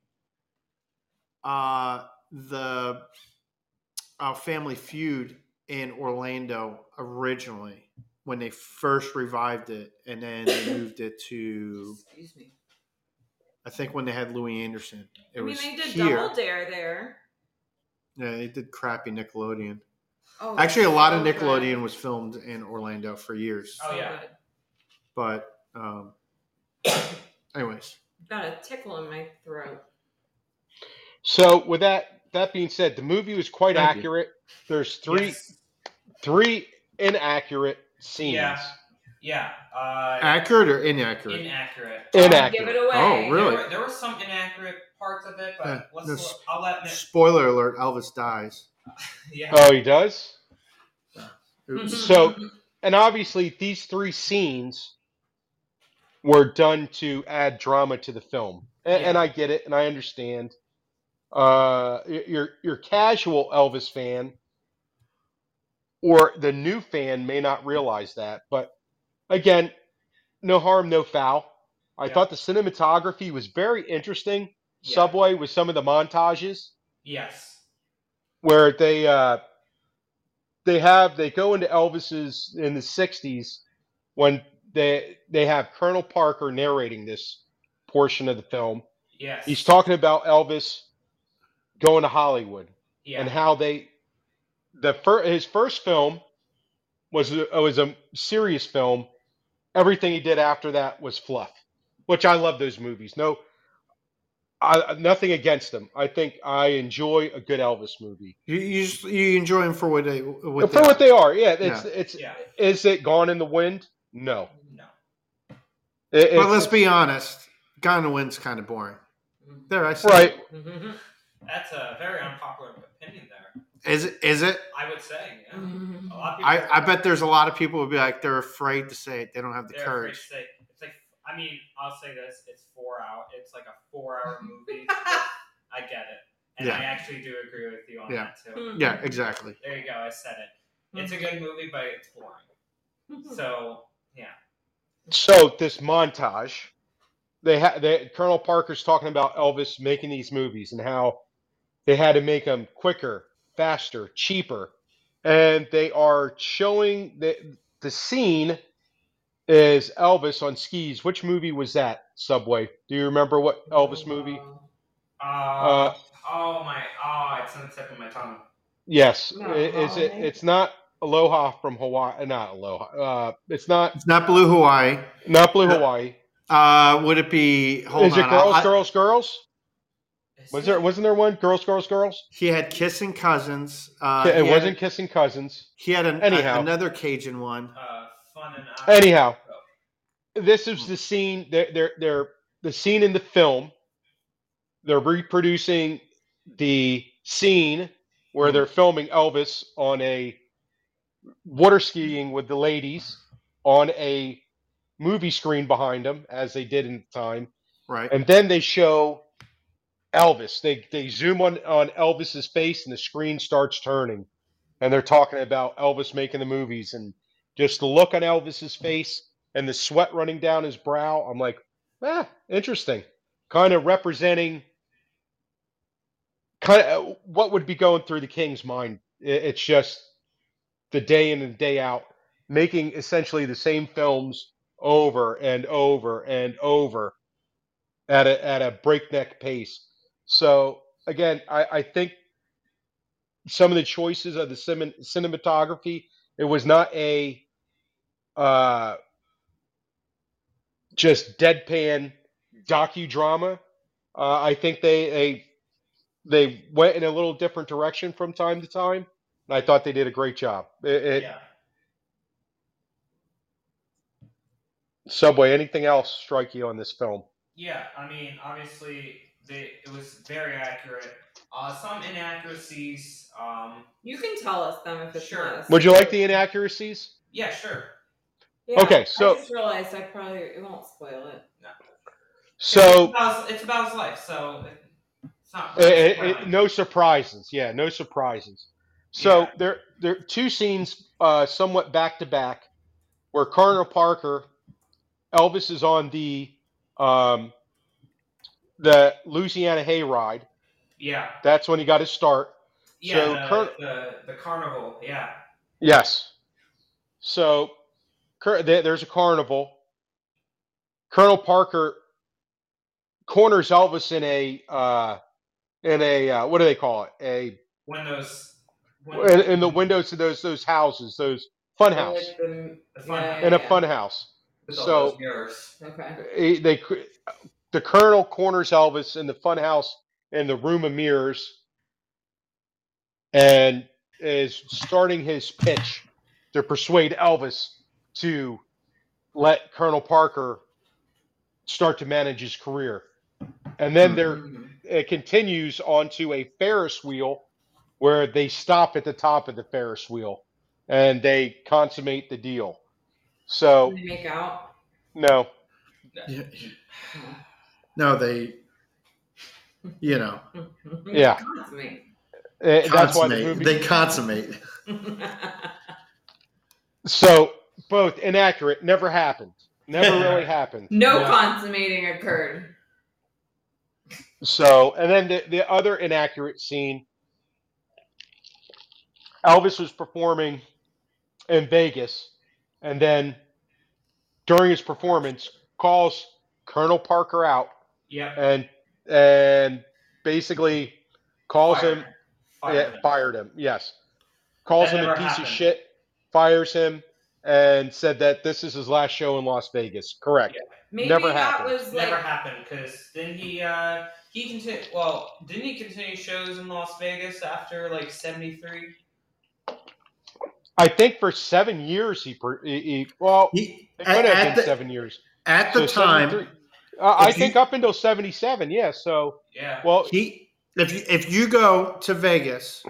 uh the uh, Family Feud in Orlando originally when they first revived it and then they moved it to Excuse me. I think when they had Louis Anderson it I mean, was they did here Double Dare there. yeah they did crappy Nickelodeon Oh, actually a lot of so good. Nickelodeon was filmed in Orlando for years Oh, So yeah. good. but um anyways Got a tickle in my throat. So with that that being said, the movie was quite Thank you. accurate. There's three Yes. three inaccurate scenes. Yeah. Yeah. Uh, accurate or inaccurate inaccurate. Inaccurate. Give it away. Oh, really? There were, there were some inaccurate parts of it, but Yeah, let's. there's- look- I'll let. Nick- spoiler alert Elvis dies Yeah. Oh, he does? Oops. Mm-hmm. So- And obviously these three scenes were done to add drama to the film. And, and I get it and I understand. Uh, y- your your casual Elvis fan or the new fan may not realize that, but again, no harm, no foul. I Yeah. thought the cinematography was very interesting. Yeah. Subway with some of the montages Yes. where they uh, they have they go into Elvis's in the '60s when they they have Colonel Parker narrating this portion of the film. Yes. He's talking about Elvis going to Hollywood Yeah. and how they the fir- his first film was a- was a serious film. Everything he did after that was fluff, which I love those movies. No, I, nothing against them. I think I enjoy a good Elvis movie. You you, just, you enjoy them for what they what they, for what they are, yeah. It's it's yeah. is it gone in the wind? No. No. It- it's- But let's be honest, Gone in the Wind's kind of boring. Mm-hmm. There, I said. right. That's a very unpopular opinion there. Is it? Is it? I would say. Yeah. A Mhm. lot of people. Mm-hmm. I, I bet there's a lot of people would be like they're afraid to say it. They don't have the they're afraid to courage. say. It's like. I mean, I'll say this. It's four hour. It's like a four hour movie. I get it, and Yeah. I actually do agree with you on Yeah. that too. Yeah, exactly. There you go. I said it. It's a good movie, but it's boring. Hmm. So So this montage, they had they, Colonel Parker's talking about Elvis making these movies and how they had to make them quicker, faster, cheaper, and they are showing the the scene is Elvis on skis. Which movie was that? Subway. Do you remember what Elvis movie? Uh, Uh, oh my, oh, it's on the tip of my tongue. Yes, No, i- is it? Hawaii. It's not Aloha from Hawaii. Not Aloha. Uh, it's not It's not Blue Hawaii. not Blue No. Hawaii. Uh, would it be? Hold is on. it girls, I- girls, girls? Is Was it- there? Wasn't there one? Girls, girls, girls. he had kissing cousins. Uh, it he had- wasn't kissing cousins. He had an, Anyhow. a- another Cajun one. uh, fun and I- Anyhow, this is the scene. They're, they're they're the scene in the film. They're reproducing the scene where Mhm. they're filming Elvis on a water skiing with the ladies on a movie screen behind him, as they did in the time. Right. And then they show Elvis. They they zoom on on Elvis's face and the screen starts turning, and they're talking about Elvis making the movies and just the look on Elvis's face and the sweat running down his brow. I'm like, ah, interesting. Kind of representing kind of what would be going through the king's mind. It- It's just the day in and day out making essentially the same films over and over and over at a at a breakneck pace. So again, I, I think some of the choices of the cinem- cinematography it was not a uh, just deadpan docudrama. Uh, I think they, they they went in a little different direction from time to time, and I thought they did a great job. It- it- yeah. Subway, anything else strike you on this film? Yeah, I mean, obviously, they, it was very accurate. Uh, some inaccuracies. Um, You can tell us them if it's Sure. not us. Would you like the inaccuracies? yeah, sure. Yeah, okay, so- I just realized I probably it won't spoil it. So it's about, it's about his life, so it's not. Eh, eh, eh, no surprises. Yeah, no surprises. So Yeah. there, there are two scenes, uh, somewhat back to back, where Colonel Parker, Elvis is on the, um, the Louisiana hayride. Yeah, That's when he got his start. yeah. So the, Cur- the the carnival. Yeah, Yes. So cur- there- there's a carnival. Colonel Parker corners Elvis in a, uh, in a uh, what do they call it? A when those. When in, in the windows of those those houses, those fun house, Like the- The fun Oh, yeah, house. in a yeah. fun house. with so- all those mirrors. Okay. He- They cr- the colonel corners Elvis in the fun house in the room of mirrors, and is starting his pitch to persuade Elvis to let Colonel Parker start to manage his career, and then there Mhm. it uh, continues onto a Ferris wheel where they stop at the top of the Ferris wheel and they consummate the deal. Can So, they make out? no. No, they, you know, Yeah. Consummate. eh, That's why the consummate. movie. they consummate. so, both inaccurate, never happened. Never really happened. no Yeah. consummating occurred. So, and then the, the other inaccurate scene Elvis was performing in Vegas, and then during his performance, calls Colonel Parker out Yep. and and basically calls him Fired yeah, him. fired him. Yes, calls That him a never piece happened. of shit, fires him, and said that this is his last show in Las Vegas. Correct. Maybe Never that happened. was like Never happened because then he uh he continue well didn't he continue shows in Las Vegas after like seventy three? I think for seven years he, per- he, he well, it He- could at, have at been the, seven years. at the So time, 73 uh, I if you- think up until seventy-seven. Yeah. So Yeah. well, he if you, if you go to Vegas,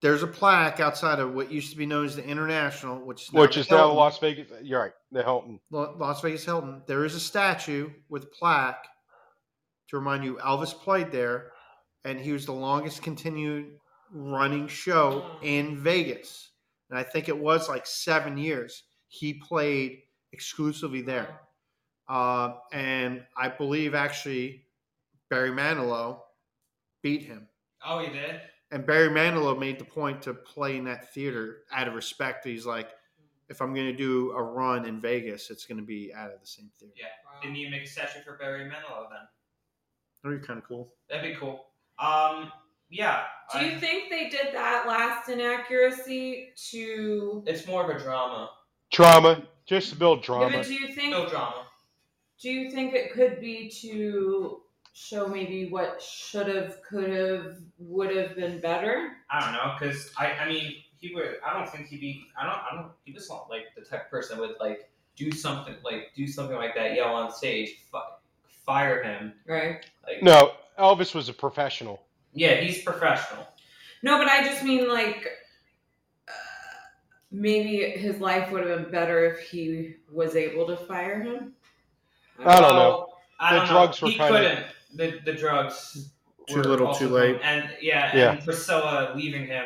there's a plaque outside of what used to be known as the International, which is now which the is now the Hilton. Las Vegas. You're right. The Hilton. La- Las Vegas Hilton, there is a statue with a plaque to remind you Elvis played there, and he was the longest continued running show Mm. in Vegas. And I think it was like seven years. He played exclusively there. Uh, and I believe actually Barry Manilow beat him. Oh, he did. And Barry Manilow made the point to play in that theater out of respect. He's like, if I'm going to do a run in Vegas, it's going to be out of the same theater. Didn't you make a session for Barry Manilow then? That'd be kind of cool. That'd be cool. Um, yeah. Do you I- think they did that last inaccuracy to? it's more of a drama. Trauma. Just to build Yeah, drama. but do you think? No drama. Do you think it could be to show maybe what should have, could have, would have been better? I don't know, cause I, I mean, he would. I don't think he'd be. I don't. I don't. He was not like the type of person that would like do something like do something like that. Yell on stage. Fi- fire him. Right. Like No, Elvis was a professional. Yeah, he's professional. No, but I just mean like uh, maybe his life would have been better if he was able to fire him. I don't know. I The don't drugs know. were he kinda- couldn't. The the drugs. Too were little, also too late. com- And yeah, Yeah. and Priscilla leaving him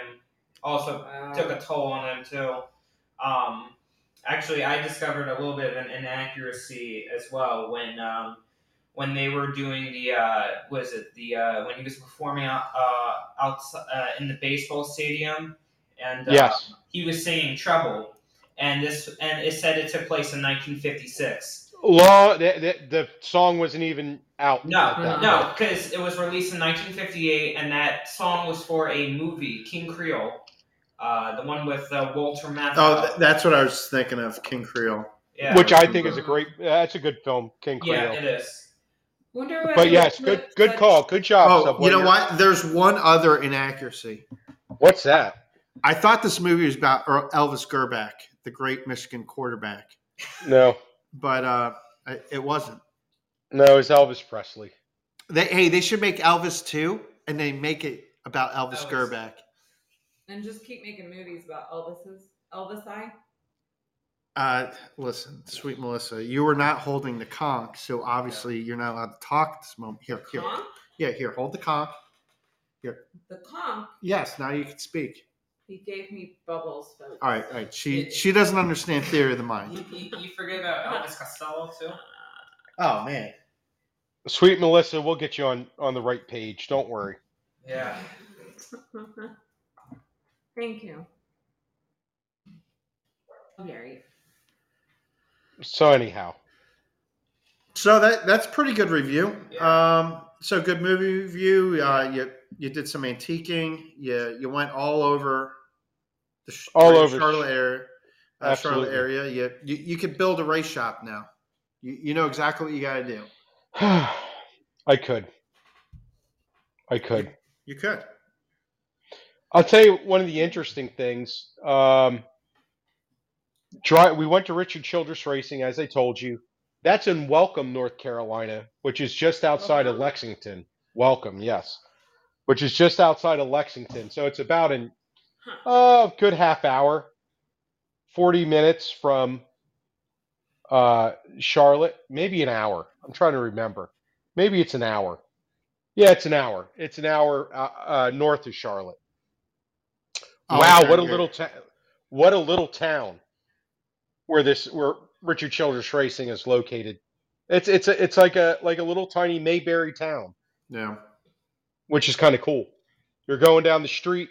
also Wow. took a toll on him too. Um, actually, I discovered a little bit of an inaccuracy as well when um, when they were doing the uh, was it the uh, when he was performing out, uh, outside uh, in the baseball stadium and uh, Yes. he was singing Trouble, and this and it said it took place in 1956. Law, the, the, the song wasn't even out. No, at that point. No, because it was released in 1958, and that song was for a movie, King Creole, uh, the one with uh, Walter Matthau. Oh, th- that's what I was thinking of, King Creole. yeah. Which I think is a great. That's a good film, King Creole. yeah, it is. Wonder why But they yes, put good good such- call, good job. Oh, Subway. you know what? There's one other inaccuracy. What's that? I thought this movie was about Earl- Elvis Gerback, the great Michigan quarterback, No, but uh, it- it wasn't. no, it's Elvis Presley. They, hey, they should make Elvis too, and they make it about Elvis, Elvis. Gerback. And just keep making movies about Elvis's Elvis I. Uh, listen, sweet Melissa, you were not holding the conch, so obviously you're not allowed to talk at this moment. Here, here, Conk? yeah, here, hold the conch. The conk. Yes, now you can speak. He gave me bubbles. Folks. All right, all right. She she doesn't understand theory of the mind. You, you, you forget about Elvis Costello too. Oh man, Sweet Melissa, we'll get you on on the right page. Don't worry. Yeah. Thank you. I'm married. So anyhow, so that that's pretty good review. Um, so good movie review. Uh, you you did some antiquing. You you went all over the sh- All greater over. Charlotte area. Uh, Charlotte Absolutely. area. You, you you could build a race shop now. You you know exactly what you got to do. I could, I could. You could. I'll tell you one of the interesting things. Um, dri we went to Richard Childress Racing, as I told you. That's in Welcome, North Carolina, which is just outside of Welcome? Lexington. Welcome, yes, which is just outside of Lexington. So it's about an uh, good half hour, forty minutes from uh, Charlotte, maybe an hour. I'm trying to remember. Maybe it's an hour. Yeah, it's an hour. It's an hour uh, uh, north of Charlotte Oh, wow, okay, what a good. little town! What a little town where this where Richard Childress Racing is located. It's it's a, it's like a like a little tiny Mayberry town, Yeah. which is kind of cool. You're going down the street.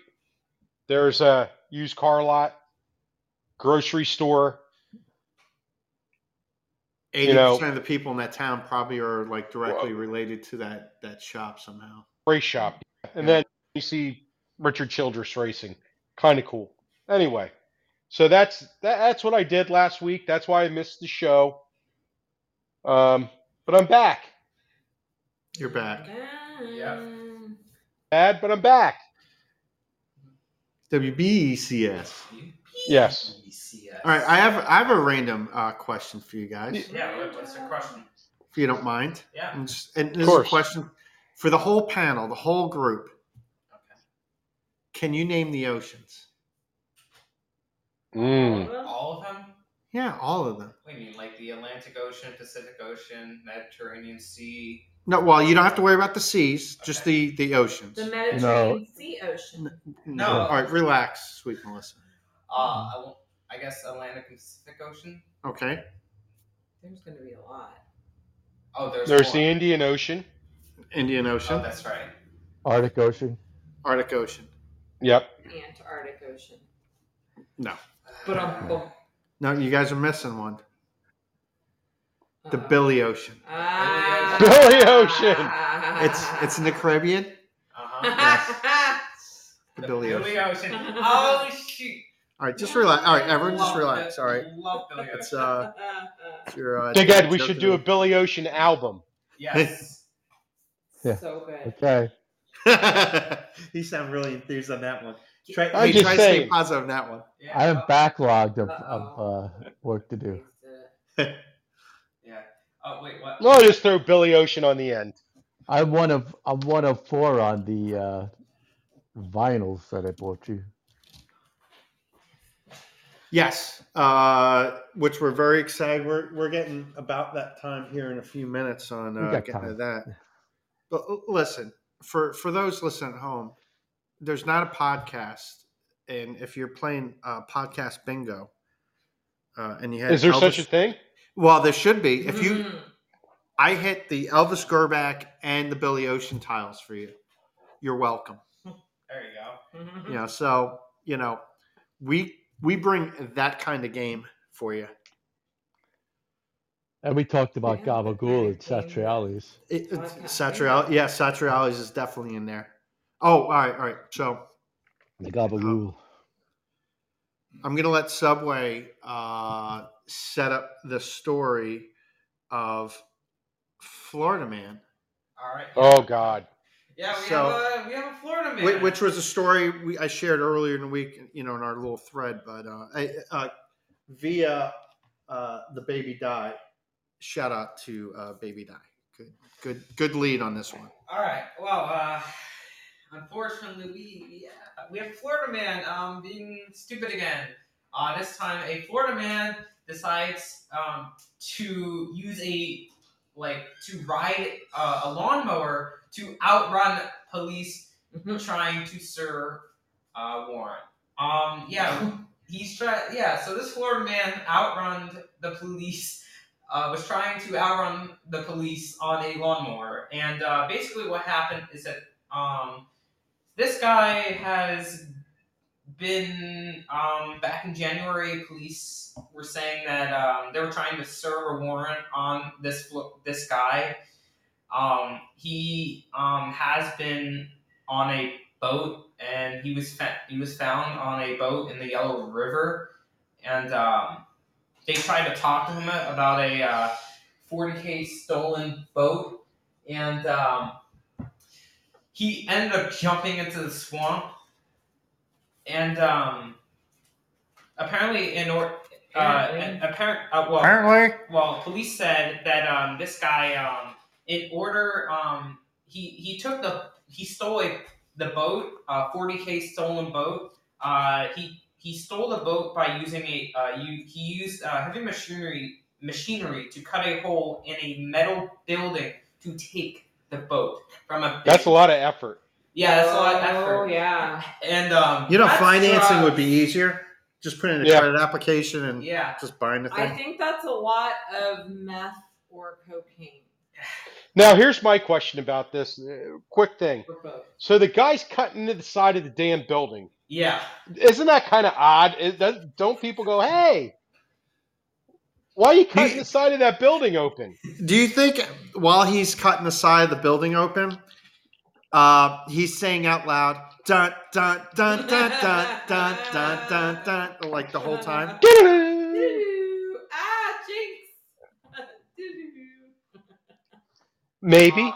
There's a used car lot, grocery store. Eighty know- percent of the people in that town probably are like directly related to that that shop somehow. race shop. And Yeah. then you see Richard Childress racing. Kind of cool. Anyway, so that's that, that's what I did last week. That's why I missed the show. Um, but I'm back. You're back. Yeah. Bad, but I'm back. E WBECS. Yes. PBCS. All right, I have I have a random uh, question for you guys, Yeah. Yeah. what- What's the question? if you don't mind. Yeah. And, just, and this Of is a course. question for the whole panel, the whole group. Okay. Can you name the oceans? Mm. All of them. Yeah, all of them. What do you mean, like the Atlantic Ocean, Pacific Ocean, Mediterranean Sea? No, well, you don't have to worry about the seas, just the the oceans. The Mediterranean Sea Ocean. No. All right, relax, sweet Melissa. Uh, Mm-hmm. I, won't, I guess Atlantic and Pacific Ocean. Okay. There's going to be a lot. Oh, there's more. There's the Indian Ocean. Indian Ocean, Oh, that's right. Arctic Ocean. Arctic Ocean. Yep. Antarctic Ocean. No. But um, bum- No, you guys are missing one. The uh-oh. Billy Ocean. Ah. Billy Ocean. It's it's in the Caribbean. Uh-huh. The Billy Ocean. Ocean. Oh shoot! All right, just relax. All right, everyone, just Love relax. Bi- All right, Love Billy Ocean. it's uh, it's your. Uh, Big Ed, we should do a joke Billy Ocean album. Yes. Yeah. So good. Okay. of the- he sounded really enthused on that one. Try, I'm hey, just try to stay saying. positive on that one. Yeah. I am oh, backlogged of, of uh, work to do. Yeah. Oh wait, what? No, I'll just throw Billy Ocean on the end. I'm one of I'm one of four on the uh, vinyls that I bought you. Yes, uh, which we're very excited. We're we're getting about that time here in a few minutes on We uh, got getting time. to that. But l- listen, for for those listening at home, there's not a podcast, and if you're playing uh, podcast bingo, uh, and you had Is there Elvis- such a thing? well, there should be. If you, Mm. I hit the Elvis Gerback and the Billy Ocean tiles for you. You're welcome. There you go. Mm-hmm. Yeah. so you know, we we bring that kind of game for you. And we talked about Yeah, Gabagool and I think- Satriali's. It, it's Podcast Satrial, yeah, Satrialis is definitely in there. Oh, all right, all right. So The Gabagool. I'm gonna let Subway uh, set up the story of Florida Man, All right. Oh God. Yeah, we So- have a we have a Florida man. whi- which was a story we, I shared earlier in the week, you know, in our little thread. But uh, I, uh, via uh, the Baby Die, shout out to uh, Baby Die. Good, good, good lead on this one. All right. Well, uh, unfortunately, we yeah, we have Florida man um, being stupid again. Uh, this time, a Florida man decides um, to use a like to ride uh, a lawnmower to outrun police Mm-hmm. trying to serve uh, warrant. Um, yeah, he's try. Yeah, so this Florida man outrun the police uh, was trying to outrun the police on a lawnmower. And uh, basically, what happened is that um, this guy has been um, back in January. Police were saying that um, they were trying to serve a warrant on this flo- this guy. Um, he um, has been on a boat, and he was fa- he was found on a boat in the Yellow River, and. Um, they tried to talk to him about a uh, 40k stolen boat, and um, he ended up jumping into the swamp. And um, apparently, in or uh, Apparently. apparent uh, well, Apparently, well, police said that um, this guy, um, in order, um, he he took the he stole a, the boat, a 40k stolen boat. Uh, he he stole the boat by using a uh, you, he used uh, heavy machinery machinery to cut a hole in a metal building to take the boat from a. That's a lot of effort. Yeah, that's a lot of Oh, effort. yeah. And um, you know, that's financing drugs. would be easier. Just put in a Yeah. credit application and Yeah. just buying the I thing. think that's a lot of meth or cocaine. Now here's my question about this. uh, Quick thing. for both. So the guy's cutting into the side of the damn building. Yeah. Isn't that kind of odd? Is that, don't people go, hey, why are you cutting He- the side of that building open? Do you think while he's cutting the side of the building open, uh, he's saying out loud "dun dun dun dun dun dun dun dun dun" like the whole time? Doo-doo. ah, jinx. Doo-doo. Maybe. Uh,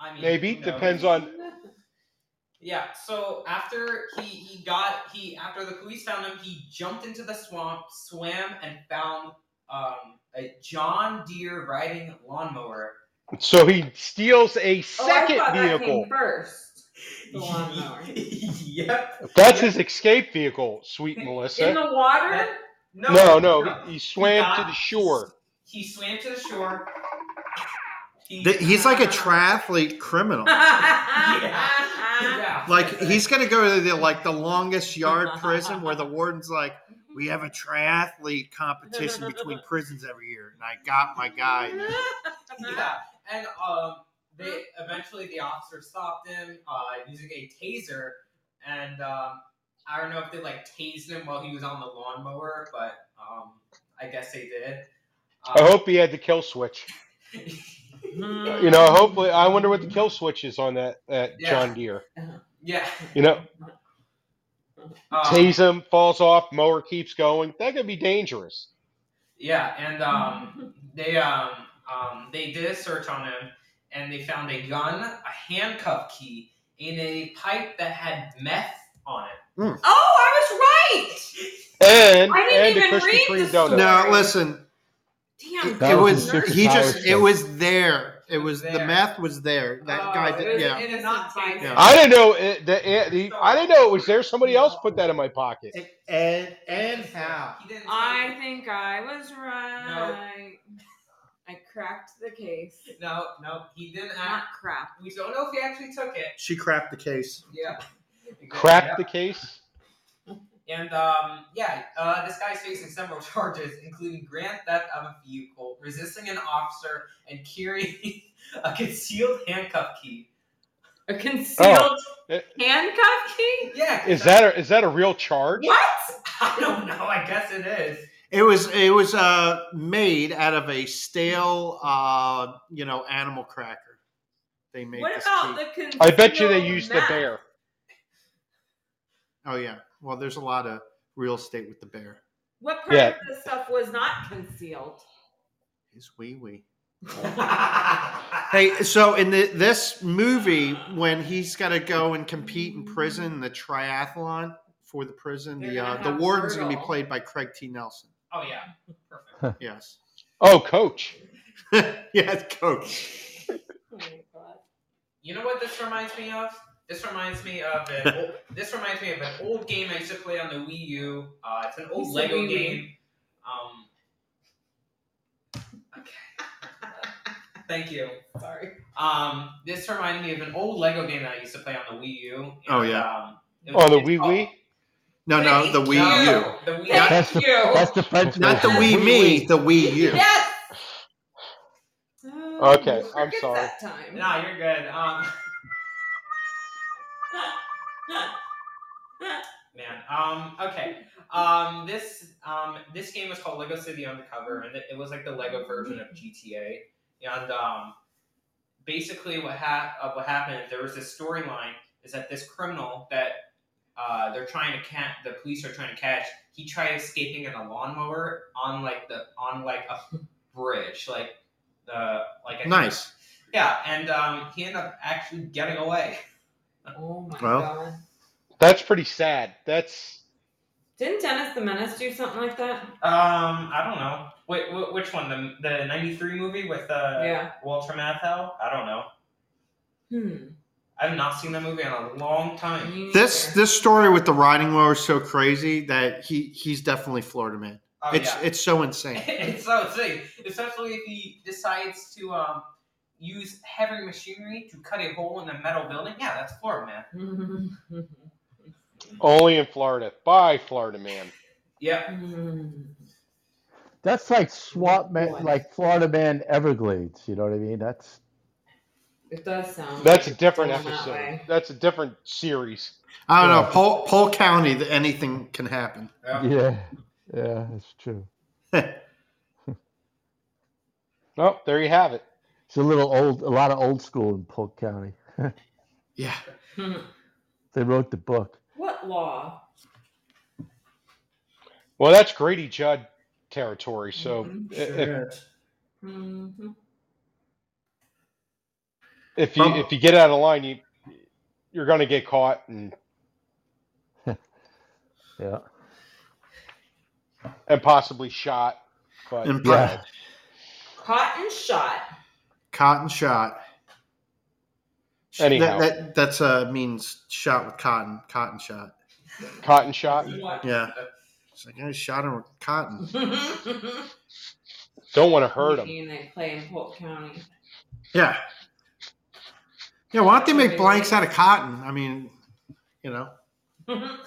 I mean, Maybe. who knows? Depends on- Oh, Yeah. So after he he got he after the police found him, he jumped into the swamp, swam, and found um, a John Deere riding lawnmower. So he steals Oh, a I second thought that vehicle. came first. The lawnmower. yep. That's his escape vehicle, sweet In Melissa. the water? That- no. No, no, he, he swam to got- the shore. He swam to the shore. He- Th- He's like a triathlete criminal. yeah. Yeah. Like he's gonna go to the like the longest yard prison where the warden's like, "We have a triathlete competition between prisons every year, and I got Oh my guy." yeah, and um, they eventually the officer stopped him uh, using a taser, and um, I don't know if they like tased him while he was on the lawnmower, but um, I guess they did. Um, I hope he had the kill switch. You know, hopefully, I wonder what the kill switch is on that, that Yeah. John Deere. yeah. You know, um, tase him, falls off, mower keeps going. That could be dangerous. Yeah, and um, they um, um, they did a search on him, and they found a gun, a handcuff key, and a pipe that had meth on it. Oh, I was right. And, I didn't and a even Krispy read the Kreme donut. Now listen, Damn. That it was was his nurse. sixth he just hours it though. was there. It was the There. math was there. That Oh, guy it did. was- yeah, it is not tainted. Yeah. I didn't know it, the, the, I didn't know it was there. Somebody else put that in my pocket. And and how? He didn't. I think I was right. I cracked the case. No, no, he didn't Not act. crap. We don't know if he actually took it. She cracked the case. Yeah. Crack the case. And um, yeah, uh, this guy's facing several charges, including grand theft of a vehicle, resisting an officer, and carrying a concealed handcuff key. A concealed eh. handcuff key? Yeah. Is that a, is that a real charge? What? I don't know. I guess it is. It was it was uh, made out of a stale uh, you know animal cracker. They made. What this about key. the concealed I bet you they used the meth? bear. Oh yeah. Well, there's a lot of real estate with the bear. What part Yeah. of the stuff was not concealed? His wee wee. hey. Hey, so in the, this movie, when he's got to go and compete in prison, the triathlon for the prison, the They're uh, gonna the have warden's going to be Wordle. played by Craig T. Nelson. Oh yeah. Perfect. Yes. Oh, coach. yes, coach. Oh my god. You know what this reminds me of? This reminds me of an old, this reminds me of an old game I used to play on the Wii U. Uh, it's an old He's a Lego Wii U. game. Um, okay. Thank you. Sorry. Um, this reminds me of an old Lego game that I used to play on the Wii U. and, Oh, yeah. Um, it was- Oh, the it's wee called- wee. No, no, the No, Wii U. The Wii Thank That's the- you. That's the French Not the version. Wii Me, the Wii U. Yes. Okay, Oh, I'm crickets sorry. That time. No, you're good. Um, man. Um, okay. Um, this um, this game was called Lego City Undercover, and it, it was like the Lego version of GTA. And um, basically, what hap- uh, what happened? There was this storyline is that this criminal that uh, they're trying to catch, the police are trying to catch. He tried escaping in a lawnmower on like the on like a bridge, like the like I think- Nice. Yeah, and um, he ended up actually getting away. Oh my Well. god. That's pretty sad. That's Didn't Dennis the Menace do something like that? Um, I don't know. Wait, wh- which one? The the '93 movie with uh, Yeah. Walter Matthau? I don't know. Hmm. I've not seen that movie in a long time. Me This neither. this story with the riding mower is so crazy that he he's definitely Florida man. Oh, it's yeah. it's so insane. it's so insane, especially if he decides to um use heavy machinery to cut a hole in a metal building. Yeah, that's Florida man. only in Florida. Bye, Florida man. Yeah. Hmm. That's like swamp man, Boy. like Florida man Everglades. You know what I mean? That's it does sound. That's a like different it's going that episode. way. That's a different series. I don't know. Yeah. Polk, Polk County, that anything can happen. yeah, yeah, that's true. Oh, there you have it. It's a little old, a lot of old school in Polk County. Yeah. Hmm. They wrote the book. What law? Well, that's Grady Judd territory. So Mhm. i- if, Mhm. if you if you get out of line, you you're gonna get caught. And Yeah, and possibly shot. But And yeah. pro- Caught and shot. Cotton shot. anyhow, That, that that's uh means shot with cotton. Cotton shot. cotton shot. What? Yeah. It's like I shot him with cotton. Don't want to hurt him. Mean They play in Polk County. Yeah. Yeah. Why don't they make blanks out of cotton? I mean, you know. Yeah,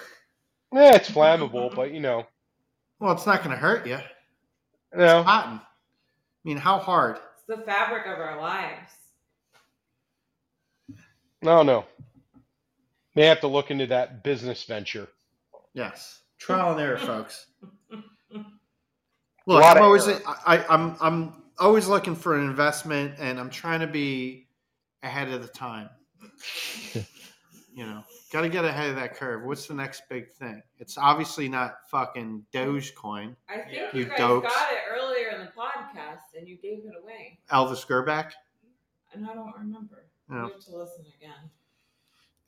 Eh, it's flammable, but you know, Well, it's not going to hurt you. no. Cotton. I mean, how hard? It's the fabric of our lives. No, no. They have to look into that business venture. Yes. Trial and error, folks. Look, I'm Lot of always error. I, I, I'm I'm always looking for an investment, and I'm trying to be ahead of the time. you know, got to get ahead of that curve. What's the next big thing? It's obviously not fucking Dogecoin. I think Yeah. you, You guys dopes. got it earlier in the podcast and you gave it away. Elvis Gerback. And I don't remember. You You know? have to listen again.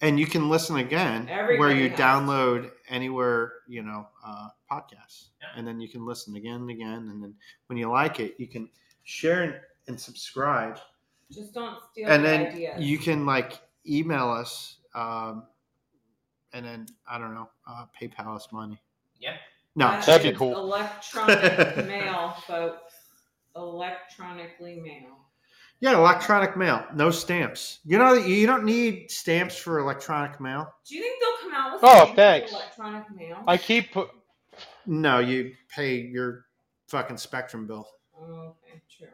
And you can listen again where Everybody you has. download anywhere, you know, uh, podcasts. And then you can listen again and again. And then when you like it, you can share and, and subscribe. Just don't steal and the then ideas. you can like email us um, and then i don't know uh, paypal us money Yeah. no That just That'd be kidding. cool. Electronic mail, folks. electronically mail. Yeah, electronic mail, no stamps. You know, you don't need stamps for electronic mail. Do you think they'll come out with Oh, something for thanks. electronic mail? I keep pu- No, you pay your fucking Spectrum bill. Oh, okay, true.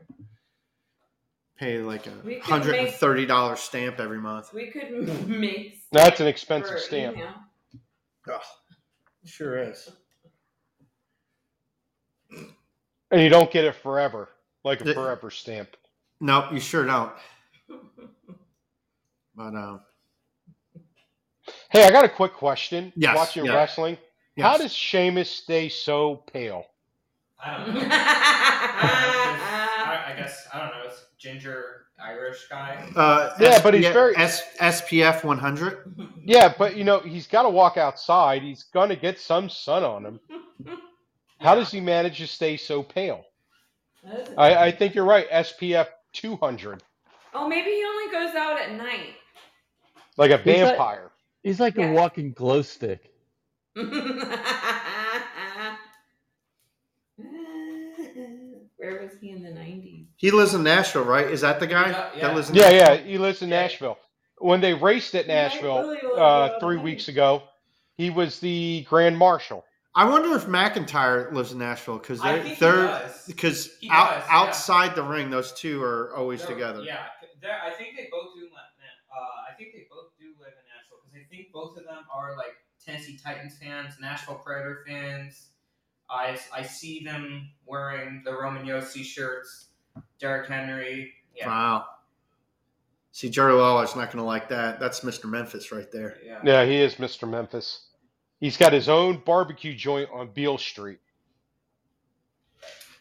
Pay like a We could hundred and thirty dollar stamp every month. We could make. that's an stamps expensive for stamp. email. Sure is. And you don't get it forever, like a Yeah. forever stamp. Nope, you sure don't. But um, Hey, I got a quick question. Yes, Watching yeah. wrestling, yes. how does Sheamus stay so pale? I don't know. I I guess I don't know. It's ginger Irish guy. uh, Yeah, but he's SPF very- S, SPF 100. Yeah, but you know he's got to walk outside. He's gonna get some sun on him. How does he manage to stay so pale? That is- I, I think you're right. SPF 200, oh, maybe he only goes out at night. like a He's like- vampire. He's like Yeah. a walking glow stick. Where was he in the nineties? He lives in Nashville, right? Is that the guy Yeah, yeah. that lives in Yeah, Nashville? yeah. He lives in Nashville. When they raced at Nashville uh, three weeks ago, he was the grand marshal. I wonder if McIntyre lives in Nashville because I they're think he they're does. because He out, does, yeah. outside the ring, those two are always They're- together. Yeah, they're- I think they both do. Live, in- uh, I think they both do live in Nashville because I think both of them are like Tennessee Titans fans, Nashville Predator fans. I I see them wearing the Roman Yossi shirts. Derrick Henry. Yeah. Wow. See, Jerry Lawler's not going to like that. That's Mr. Memphis right there. Yeah. Yeah, he is Mr. Memphis. He's got his own barbecue joint on Beale Street.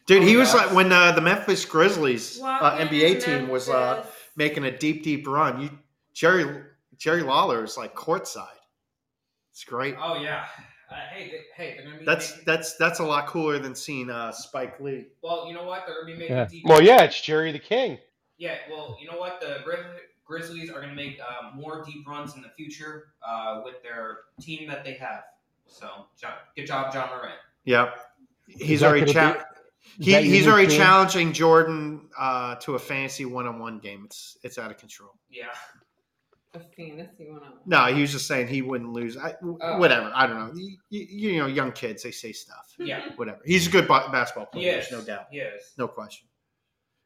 Dude, he Oh, was yeah. like when uh, the Memphis Grizzlies uh, NBA team was uh, making a deep, deep run. You, Jerry Jerry Lawler is like courtside. It's great. Oh yeah. Uh, hey, they, hey, they're gonna be. That's making- that's that's a lot cooler than seeing uh, Spike Lee. well, you know what? They're gonna be making. Yeah. deep- Well, yeah, it's Jerry the King. Yeah, well, you know what? The Grizz- Grizzlies are going to make uh, more deep runs in the future uh, with their team that they have. So, jo- good job, John Morant. Yep, Is he's that already gonna cha- be- is he, that your he's new already team? challenging Jordan uh, to a fantasy one on one game. It's it's out of control. Yeah. A fantasy one on No, he was just saying he wouldn't lose. I, w- Uh, Oh. Whatever. I don't know. You, you, you know, young kids they say stuff. Yeah. Whatever. He's a good ba- basketball player. Hmm. Yes. There's no doubt. Yes. No question.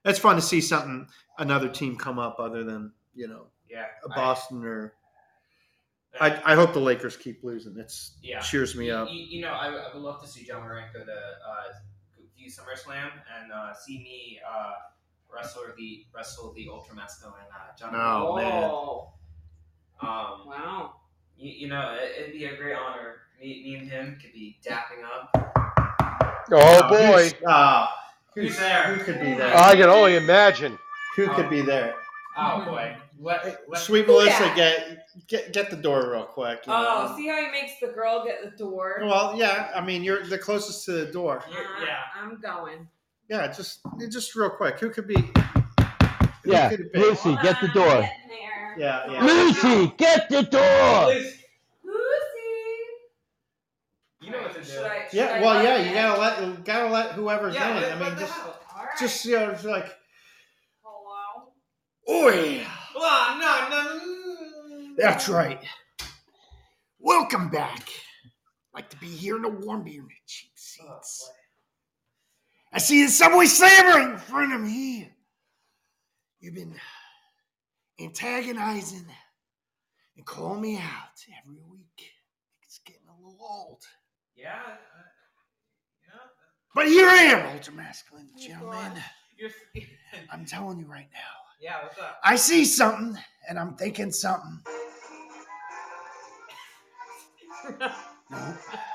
It's fun to see something another team come up other than you know Yeah. a I- Boston or. I- I, I hope the Lakers keep losing. It's Yeah. cheers me you, up. you, you know, I, I would love to see John Morant go to uh, view SummerSlam and uh, see me uh, wrestle the wrestle the ultra masculine uh, John No. Morant. man. Oh, Um, wow. you, you know, it, it'd be a great honor. Me, me and him could be dapping up. Oh Uh, boy, who's- uh, Who's there? Who could be there? I can only imagine. who could be there? Oh boy. Let, let, Sweet Who Melissa, dat? get get get the door real quick. you Oh, know. see how he makes the girl get the door? Uh, Well, yeah. I mean, you're the closest to the door. You're- yeah. I'm going. Yeah, just just real quick. Who could be? who Yeah, could it be? Lucy, get the door. I'm getting there. Yeah, yeah. Lucy, get the door. Please. Lucy. You know what to do. Should I? should I Yeah. Well, let yeah. him You in? gotta let you gotta let whoever's Yeah, in. what- I what mean, the just hell? All right. just you know, it's like, Hello. oh yeah, Oh, no, no, no. that's right. Welcome back. Like to be here in a warm beer and cheap Oh, seats. I see the subway slammer in front of me. You've been antagonizing and calling me out every week. It's getting a little old. Yeah. uh, yeah. But here I am, ultra masculine Oh, gentlemen. God. You're, I'm telling you right now. yeah, what's up? I see something and I'm thinking something. No,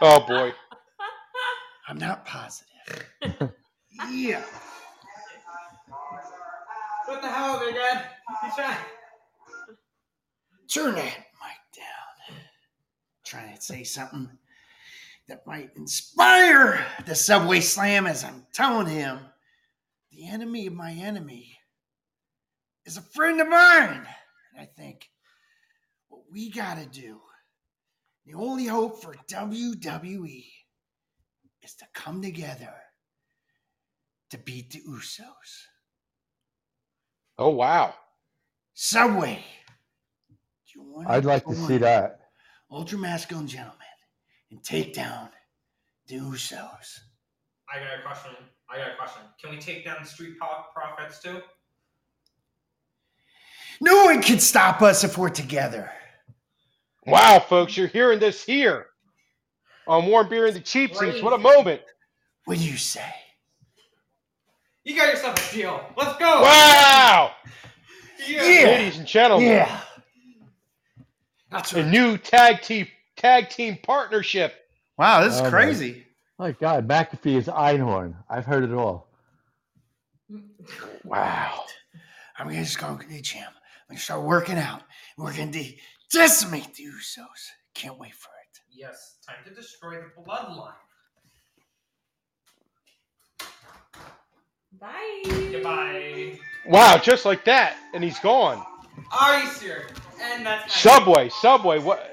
Oh boy, I'm not positive. yeah. What the hell, big guy? You trying? turn that mic down. Trying to say something that might inspire the subway slam as I'm telling him the enemy of my enemy is a friend of mine. And I think what we gotta do, the only hope E, for WWE is to come together to beat the Usos. Oh wow. Subway. Do you wanna I'd like to Oh join see that. Ultra masculine gentlemen and take down the Usos. I got a question. I got a question. Can we take down the street po- profits too? No one can stop us if we're together. Wow, folks, you're hearing this here on Warm Beer and the Cheap Seats. What a moment. What do you say? You got yourself a deal. Let's go. Wow. Oh. Yeah. Ladies and Oh. gentlemen, Yeah. That's a new tag team tag team partnership. Wow, this is Oh, man. crazy. My God, McAfee is Einhorn. I've heard it all. Wow. I'm gonna just go to the gym. I'm gonna start working out. We're gonna de- decimate the Usos. Can't wait for it. Yes. Time to destroy the bloodline. Bye. Goodbye. Wow, just like that. And he's gone. Are you serious? And that's not- Subway, Subway, what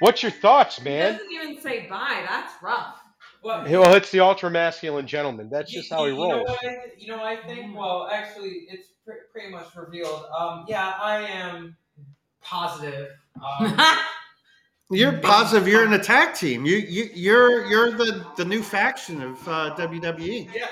what's your thoughts, He man? doesn't even say bye. That's rough. Well, Well, it's the ultra masculine gentleman. That's You- just how he you know rolls. what I- You know what I think? Well, actually, it's pr- pretty much revealed. Um, yeah, I am positive. Um, You're positive. You're an attack team. You you you're you're the the new faction of uh, WWE. I- yeah,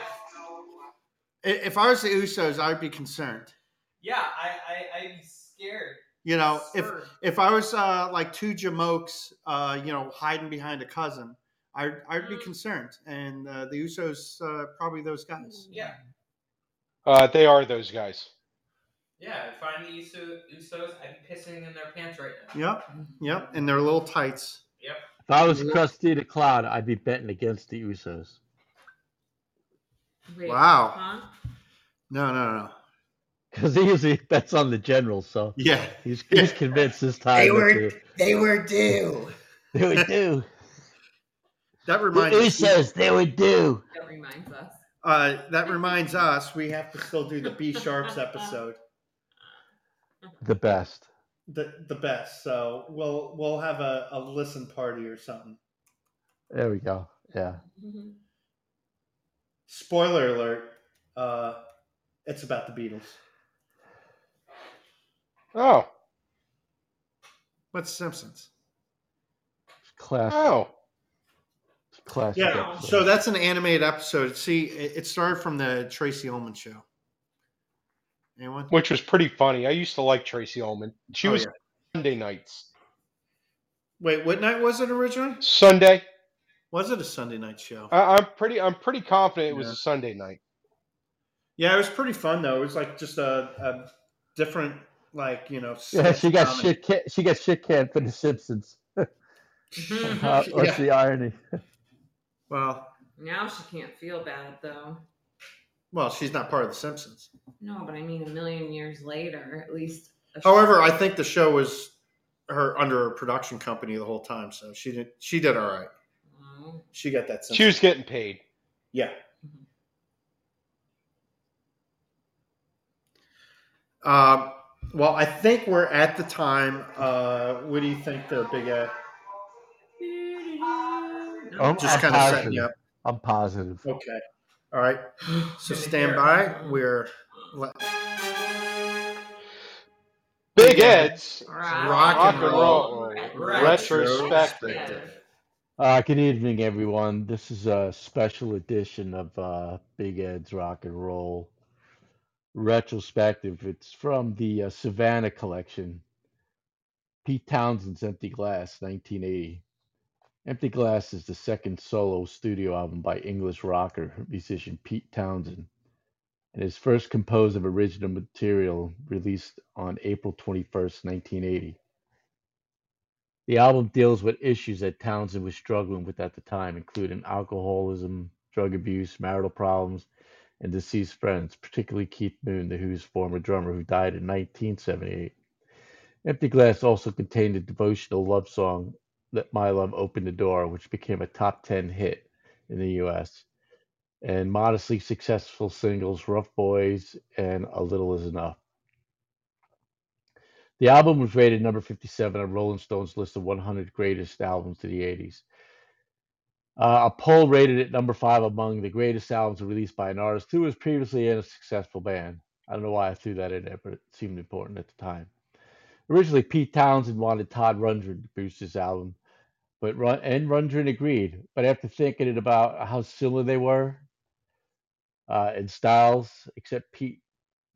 If I was the Usos, I'd be concerned. yeah, I, I, I'd be scared. You know, if Sure. if I was uh, like two Jamokes, uh, you know, hiding behind a cousin, I'd I'd be Mm. concerned. And uh, the Usos uh, probably those Mm. guys. yeah, Uh, they are those guys. yeah. If I'm the Uso, Usos, I'd be pissing in their pants right now. Yep, yep. And their little tights. If I was Krusty the Clown, I'd be betting against the Usos. Wait, Wow. Huh? No, no, no. Because he usually bets on the general, so Yeah, he's, he's convinced this time. They that were they were due. They would do. that The reminds Usos, they would do. That reminds us. Uh, that reminds us we have to still do the B Sharps episode. The best. the the best. So we'll we'll have a, a listen party or something. There we go. Yeah. Spoiler alert, uh it's about the Beatles. Oh, What's Simpsons? Class. oh. Class. Yeah. So that's an animated episode. See, it, it started from the Tracy Ullman show. Anyone? Which was pretty funny. I used to like Tracy Ullman. She Oh, was yeah. Sunday nights. Wait, what night was it originally? Sunday. Was it a Sunday night show? I, I'm pretty. I'm pretty confident it was Yeah. a Sunday night. Yeah, it was pretty fun though. It was like just a, a different, like you know. Yeah, she got comedy. shit. Can- she got shit canned for The Simpsons. Uh, Yeah. What's the irony? Well, now she can't feel bad though. well, she's not part of the Simpsons. No, but I mean, a million years later, at least. a- However, I think the show was her under her production company the whole time, so she did she did all right. Oh. She got that sense. She was getting paid. yeah. Um, well, I think we're at the time. Uh, what do you think, there, Big A? Oh, Just I'm kind of positive. setting you up. I'm positive. Okay. All right. So Gonna stand hear. by. We're le- Big Yeah. Ed's Rock and roll. Retrospective. Uh, good evening, everyone. This is a special edition of uh, Big Ed's Rock and Roll retrospective. It's from the uh, Savannah collection. Pete Townsend's Empty Glass, 1980. Empty Glass is the second solo studio album by English rocker musician Pete Townsend, and his first composed of original material released on April 21st, 1980. The album deals with issues that Townsend was struggling with at the time, including alcoholism, drug abuse, marital problems, and deceased friends, particularly Keith Moon, The Who's former drummer, who died in 1978. Empty Glass also contained a devotional love song, Let My Love Open the Door, which became a top 10 hit in the US, and modestly successful singles, Rough Boys and A Little Is Enough. The album was rated number 57 on Rolling Stone's list of 100 greatest albums of the 80s. Uh, a poll rated it number five among the greatest albums released by an artist who was previously in a successful band. I don't know why I threw that in there, but it seemed important at the time. Originally, Pete Townsend wanted Todd Rundgren to produce his album, but Run- and Rundgren agreed. But after thinking it about how similar they were uh, in styles, except Pete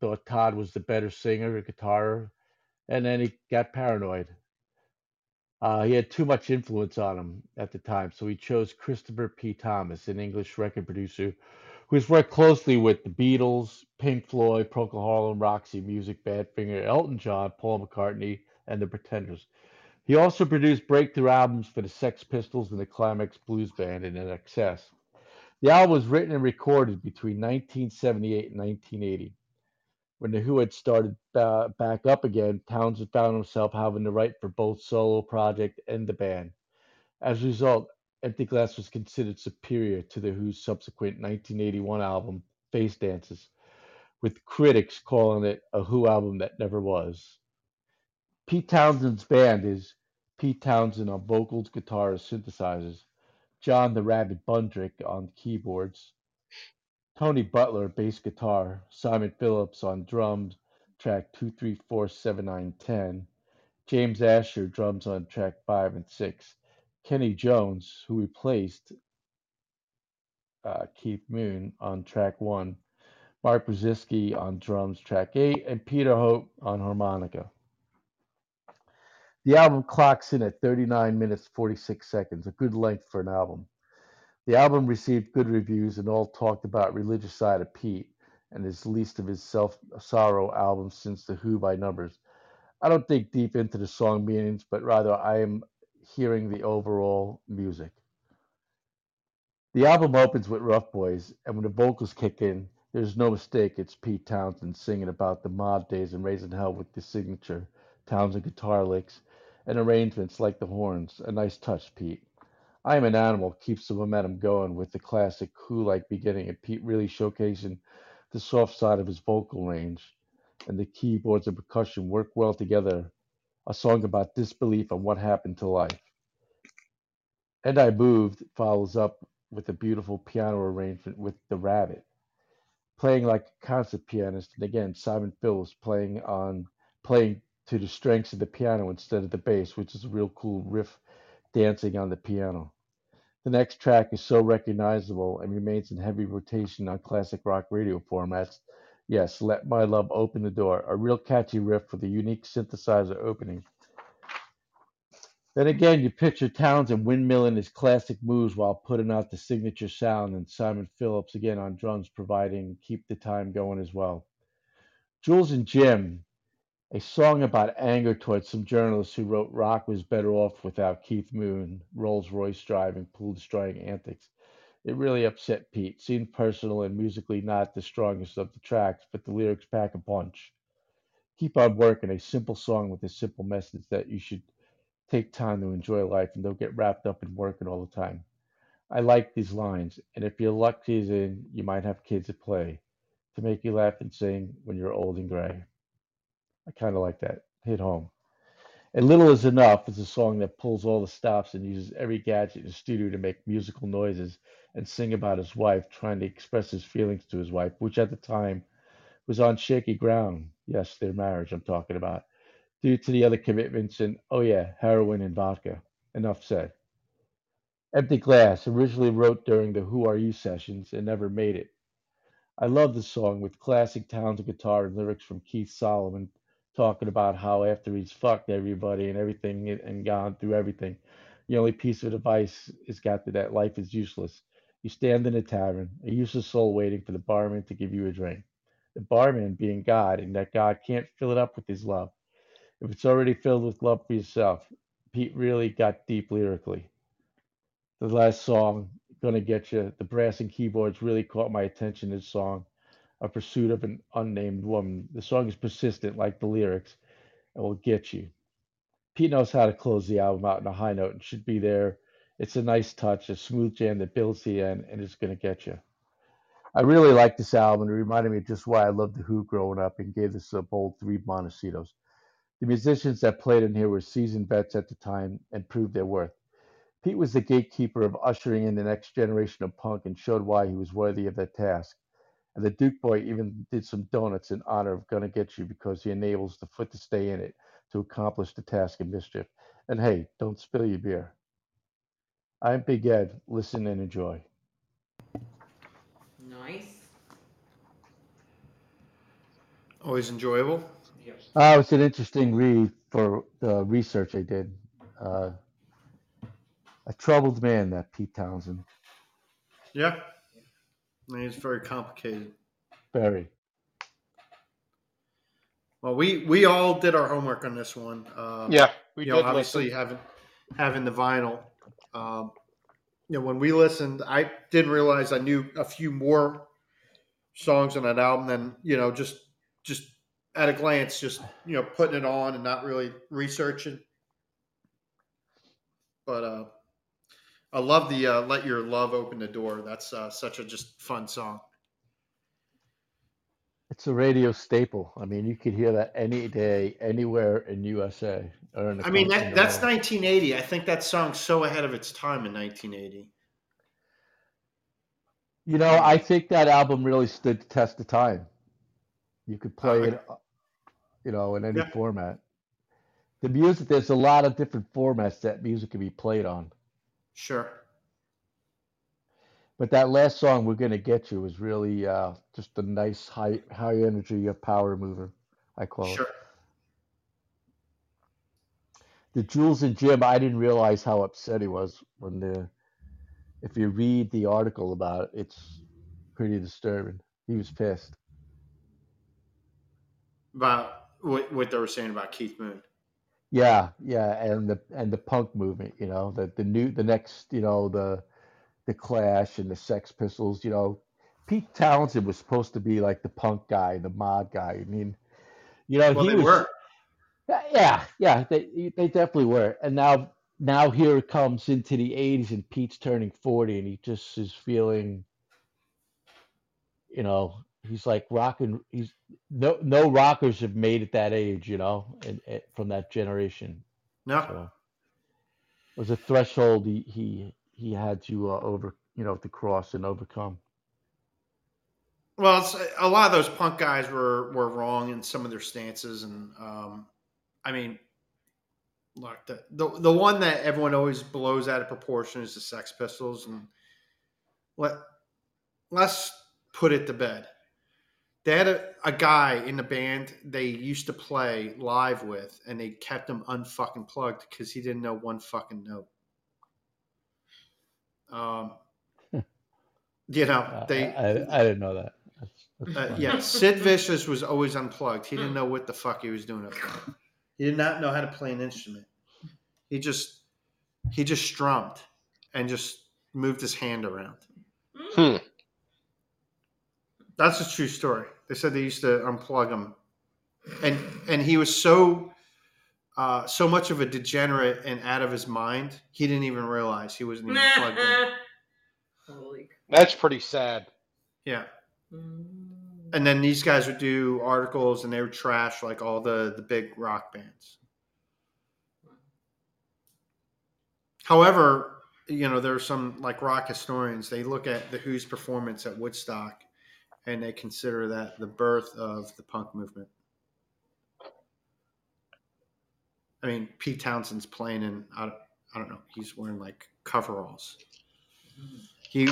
thought Todd was the better singer and guitar, and then he got paranoid. Uh, he had too much influence on him at the time, so he chose Christopher P. Thomas, an English record producer who's worked closely with the Beatles, Pink Floyd, Procol Harum, Roxy Music, Badfinger, Elton John, Paul McCartney, and the Pretenders. He also produced breakthrough albums for the Sex Pistols and the Climax Blues Band and NXS. The album was written and recorded between 1978 and 1980 when the Who had started uh, back up again, Townsend found himself having to write for both solo project and the band. As a result, Empty Glass was considered superior to the Who's subsequent 1981 album, Face Dances, with critics calling it a Who album that never was. Pete Townsend's band is Pete Townsend on vocals, guitars, synthesizers, John the Rabbit Bundrick on keyboards, Tony Butler, bass guitar, Simon Phillips on drums, track 2, 3, 4, 7, 9, 10, James Asher, drums on track 5 and 6, Kenny Jones, who replaced uh, Keith Moon on track 1, Mark Brzezinski on drums, track 8, and Peter Hope on harmonica. The album clocks in at 39 minutes 46 seconds, a good length for an album. The album received good reviews and all talked about religious side of Pete and his least of his self sorrow album since the Who by Numbers. I don't dig deep into the song meanings, but rather I am hearing the overall music. The album opens with Rough Boys, and when the vocals kick in, there's no mistake it's Pete Townsend singing about the mob days and raising hell with the signature Townsend guitar licks and arrangements like the horns. A nice touch, Pete. I Am an Animal keeps the momentum going with the classic Who like beginning and Pete really showcasing the soft side of his vocal range and the keyboards and percussion work well together. A song about disbelief and what happened to life. And I Moved follows up with a beautiful piano arrangement with The Rabbit, playing like a concert pianist. And again, Simon Phillips playing on playing to the strengths of the piano instead of the bass, which is a real cool riff dancing on the piano. The next track is so recognizable and remains in heavy rotation on classic rock radio formats. Yes, Let My Love Open the Door, a real catchy riff with a unique synthesizer opening. Then again, you picture Townsend windmilling his classic moves while putting out the signature sound, and Simon Phillips again on drums providing keep the time going as well. Jules and Jim, a song about anger towards some journalists who wrote rock was better off without Keith Moon, Rolls Royce driving, pool destroying antics. It really upset Pete. Seemed personal and musically not the strongest of the tracks, but the lyrics pack a punch. Keep on working, a simple song with a simple message that you should take time to enjoy life and don't get wrapped up in working all the time. I like these lines, and if your luck is in, you might have kids at play to make you laugh and sing when you're old and gray. I kind of like that. Hit home. And Little Is Enough is a song that pulls all the stops and uses every gadget in the studio to make musical noises and sing about his wife, trying to express his feelings to his wife, which at the time was on shaky ground. Yes, their marriage I'm talking about, due to the other commitments and, oh yeah, heroin and vodka. Enough said. Empty Glass originally wrote during the Who Are You sessions and never made it. I love the song with classic Townsend guitar and lyrics from Keith Solomon talking about how after he's fucked everybody and everything and gone through everything, the only piece of advice is got to that life is useless. You stand in a tavern, a useless soul waiting for the barman to give you a drink. The barman being God, and that God can't fill it up with his love. If it's already filled with love for yourself, Pete really got deep lyrically. The last song, Gonna Get You, the brass and keyboards really caught my attention this song a pursuit of an unnamed woman. The song is persistent, like the lyrics, and will get you. Pete knows how to close the album out on a high note and should be there. It's a nice touch, a smooth jam that builds the end and is going to get you. I really like this album. It reminded me just why I loved The Who growing up and gave this a bold three Montecitos. The musicians that played in here were seasoned vets at the time and proved their worth. Pete was the gatekeeper of ushering in the next generation of punk and showed why he was worthy of that task. And the Duke boy even did some donuts in honor of Gonna Get You because he enables the foot to stay in it to accomplish the task of mischief. And hey, don't spill your beer. I'm Big Ed. Listen and enjoy. Nice. Always enjoyable. Yep. Uh, it's an interesting read for the research I did. Uh, a troubled man, that Pete Townsend. Yeah. I mean, it's very complicated. Very. Well, we we all did our homework on this one. Uh, Yeah, we you did know, obviously listen. having having the vinyl. Um, you know, when we listened, I didn't realize I knew a few more songs on that album than you know just just at a glance, just you know putting it on and not really researching. But uh, I love the uh, "Let Your Love Open the Door." That's uh, such a just fun song. It's a radio staple. I mean, you could hear that any day, anywhere in USA or in the I mean, that, country at that's all. 1980. I think that song's so ahead of its time in 1980. You know, I think that album really stood the test of time. You could play I- it, uh, you know, in any Yeah. format. The music, there's a lot of different formats that music can be played on. Sure. But that last song, "We're Gonna Get You," was really uh, just a nice high high energy uh, power mover. I call Sure. it the Jules and Jim. I didn't realize how upset he was when the. If you read the article about it, it's pretty disturbing. He was pissed. About what, what they were saying about Keith Moon. Yeah, yeah, and the and the punk movement, you know, the the new the next, you know, the the Clash and the Sex Pistols, you know, Pete Townsend was supposed to be like the punk guy, the mod guy. I mean, you know, Well, he they was. were. Yeah, yeah, yeah, they they definitely were. And now now here it comes into the 80s and Pete's turning 40 and he just is feeling, you know, he's like rocking he's no no rockers have made it that age, you know, and, and from that generation. No. So it was a threshold he he, he had to uh, over, you know, to cross and overcome. Well, it's, a lot of those punk guys were were wrong in some of their stances, and um, I mean, look, the, the the one that everyone always blows out of proportion is the Sex Pistols, and let let's put it to bed. They had a, a guy in the band they used to play live with, and they kept him unfucking plugged because he didn't know one fucking note. Um, you know, Uh, they I, I, I didn't know that. That's, that's uh, funny. yeah, Sid Vicious was always unplugged. He didn't know what the fuck he was doing up there. He did not know how to play an instrument. He just he just strummed and just moved his hand around. Hmm. That's a true story. They said they used to unplug him, and and he was so uh, so much of a degenerate and out of his mind. He didn't even realize he wasn't even plugged in. Holy. c- That's pretty sad. Yeah. Mm. and then these guys would do articles and they would trash like all the the big rock bands however you know there are some like rock historians they look at the who's performance at woodstock and they consider that the birth of the punk movement i mean pete townsend's playing in i don't, I don't know he's wearing like coveralls he